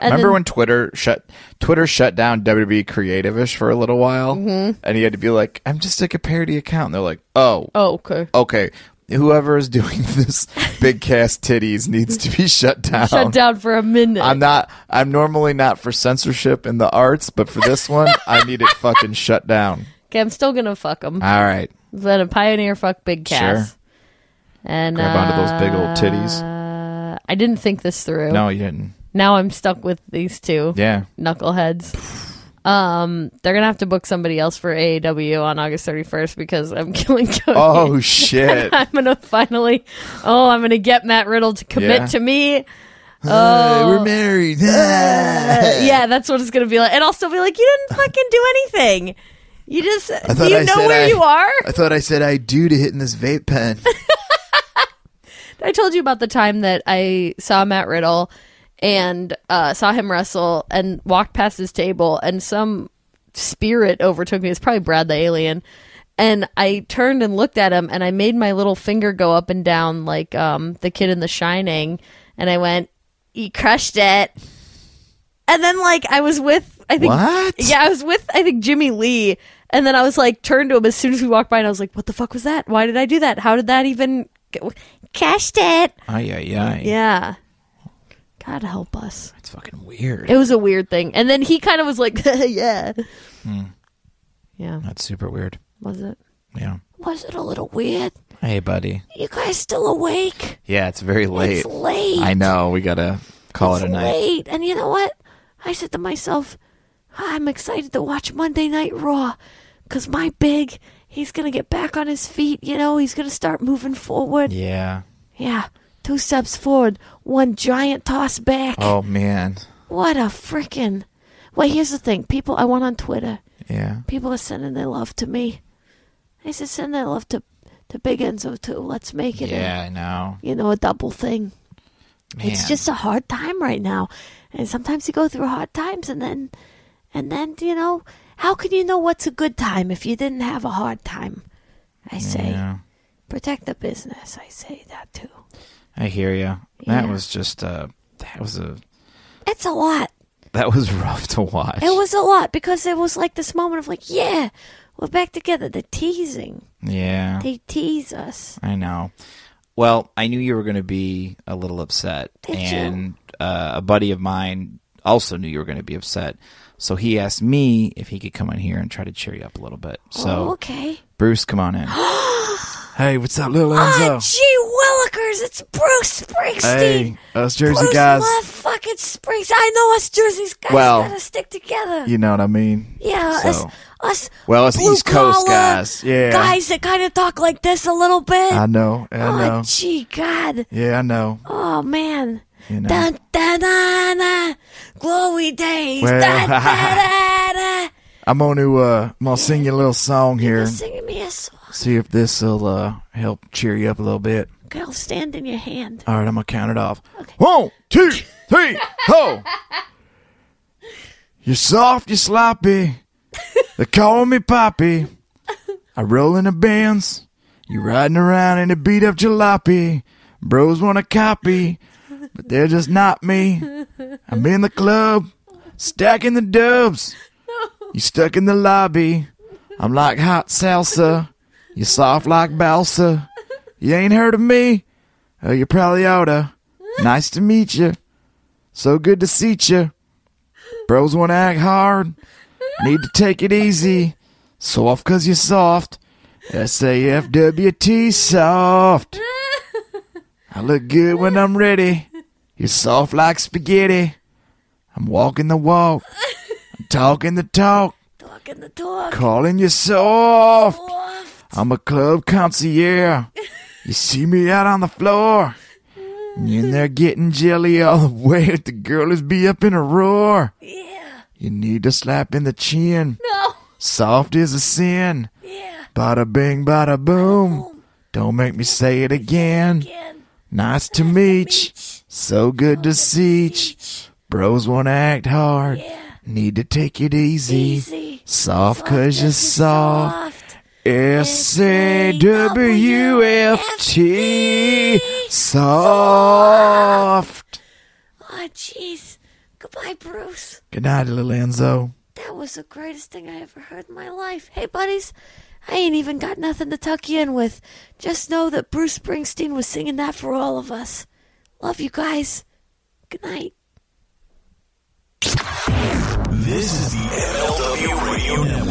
C: Remember
D: then-
C: when Twitter shut Twitter shut down WWE Creativeish for a little while,
D: Mm-hmm.
C: and you had to be like, "I'm just like a parody account." And they're like, "Oh,
D: Oh, okay.
C: okay, whoever is doing <laughs> this big cast titties needs to be shut down."
D: Shut down for a minute.
C: I'm not. I'm normally not for censorship in the arts, but for this one, I need it fucking shut down.
D: okay, I'm still gonna fuck him.
C: All right,
D: I'm gonna pioneer fuck big Cass.
C: Sure.
D: And
C: grab
D: uh,
C: onto those big old titties.
D: uh, I didn't think this through.
C: No, you didn't.
D: Now I'm stuck with these two.
C: Yeah,
D: knuckleheads. Um, they're gonna have to book somebody else for AEW on August 31st because I'm <laughs> killing Cody. <laughs>
C: Oh, shit.
D: I'm gonna finally. Oh, I'm gonna get Matt Riddle to commit
C: Yeah.
D: to me.
C: Uh, we're married.
D: Uh, yeah, that's what it's gonna be like, and I'll still be like, you didn't fucking do anything. You just do
C: thought
D: you
C: I
D: know
C: said
D: where
C: I-
D: you are.
C: I thought I said I do to hitting this vape pen.
D: I told you about the time that I saw Matt Riddle and uh, saw him wrestle and walked past his table, and some spirit overtook me. It's probably Brad the alien. And I turned and looked at him, and I made my little finger go up and down like um, the kid in The Shining, and I went, "You crushed it." And then, like, I was with I think
C: What?
D: yeah, I was with I think Jimmy Lee, and then I was like turned to him as soon as we walked by, and I was like, "What the fuck was that? Why did I do that? How did that even?" Go? Cashed it.
C: Ay, ay, ay.
D: Yeah. God help us.
C: It's fucking weird.
D: It was a weird thing. And then he kind of was like, <laughs> yeah.
C: Hmm.
D: Yeah.
C: That's super weird.
D: Was it?
C: Yeah.
D: Was it a little weird?
C: Hey, buddy.
D: You guys still awake?
C: Yeah, it's very late.
D: It's late.
C: I know. We gotta call it a
D: It's
C: night.
D: late. And you know what? I said to myself, I'm excited to watch Monday Night Raw because my big, he's going to get back on his feet. You know, he's going to start moving forward. Yeah.
C: Yeah.
D: Two steps forward, one giant toss back.
C: Oh man.
D: What a freaking. Well, here's the thing people I want on Twitter.
C: Yeah.
D: people are sending their love to me. They said send their love to to Big Enzo too. Let's make it, a-
C: Yeah, I know.
D: you know, a double thing.
C: Man.
D: It's just a hard time right now, and sometimes you go through hard times, and then and then you know how can you know what's a good time if you didn't have a hard time? I say
C: Yeah.
D: protect the business. I say that too.
C: I hear you. That
D: Yeah.
C: was just uh that was a
D: It's a lot.
C: That was <laughs> rough to watch.
E: It was a lot because it was like this moment of like, yeah, we're back together. The teasing.
C: yeah.
E: They tease us.
C: I know. Well, I knew you were going to be a little upset, and Uh, a buddy of mine also knew you were going to be upset, so he asked me if he could come on here and try to cheer you up a little bit. So,
E: oh, okay.
C: Bruce, come on in. hey, what's up, little Enzo?
E: Ah, Gee Willikers, it's Bruce Springsteen.
C: hey, us Jersey
E: Bruce
C: guys.
E: love fucking Springs. I know us Jersey guys
C: Well,
E: gotta stick together.
C: You know what I mean?
E: yeah, us,
C: so-
E: us
C: Well, us
E: blue
C: East Coast
E: collar
C: guys. Yeah.
E: guys that kind of talk like this a little bit.
C: I know. I
E: oh,
C: know.
E: gee, God.
C: yeah, I know.
E: Oh, man.
C: You know.
E: Dun, dun, dun, dun. Glowy days.
C: Well, <laughs>
E: dun, dun, dun, dun.
C: I'm going to uh, I'm gonna sing you a little song here.
E: Sing me a song.
C: See if this will uh, help cheer you up a little bit.
E: Girl, stand in your hand.
C: All right, I'm gonna count it off. One, two, three, ho! You're soft, you're sloppy. They call me Poppy. I roll in the bands. You riding around in a beat up jalopy. Bros want a copy, but they're just not me. I'm in the club, stacking the dubs. You stuck in the lobby. I'm like hot salsa. You soft like balsa. You ain't heard of me. Oh, you probably oughta. Nice to meet you. So good to see you. Bros want to act hard. Need to take it easy. Soft cause you're soft. S-A-F-W-T soft. I look good when I'm ready. You're soft like spaghetti. I'm walking the walk. I'm talking the talk.
E: Talking the talk.
C: Calling you soft. I'm a club concierge. You see me out on the floor. And you're in there getting jelly all the way. The girl is be up in a roar. Yeah. You need to slap in the chin.
E: No.
C: Soft is a sin.
E: Yeah.
C: Bada bing, bada boom. Don't make me say it again.
E: Again.
C: Nice to meet you. So good to see you. Bros wanna act hard. Need to take it easy.
E: Easy.
C: Soft cause you're soft.
E: Soft.
C: S A W F T soft.
E: Oh, jeez. Goodbye, Bruce.
C: Good night, little Enzo.
E: That was the greatest thing I ever heard in my life. Hey, buddies, I ain't even got nothing to tuck you in with. Just know that Bruce Springsteen was singing that for all of us. Love you guys. Good night.
A: This is the MLW Radio Network.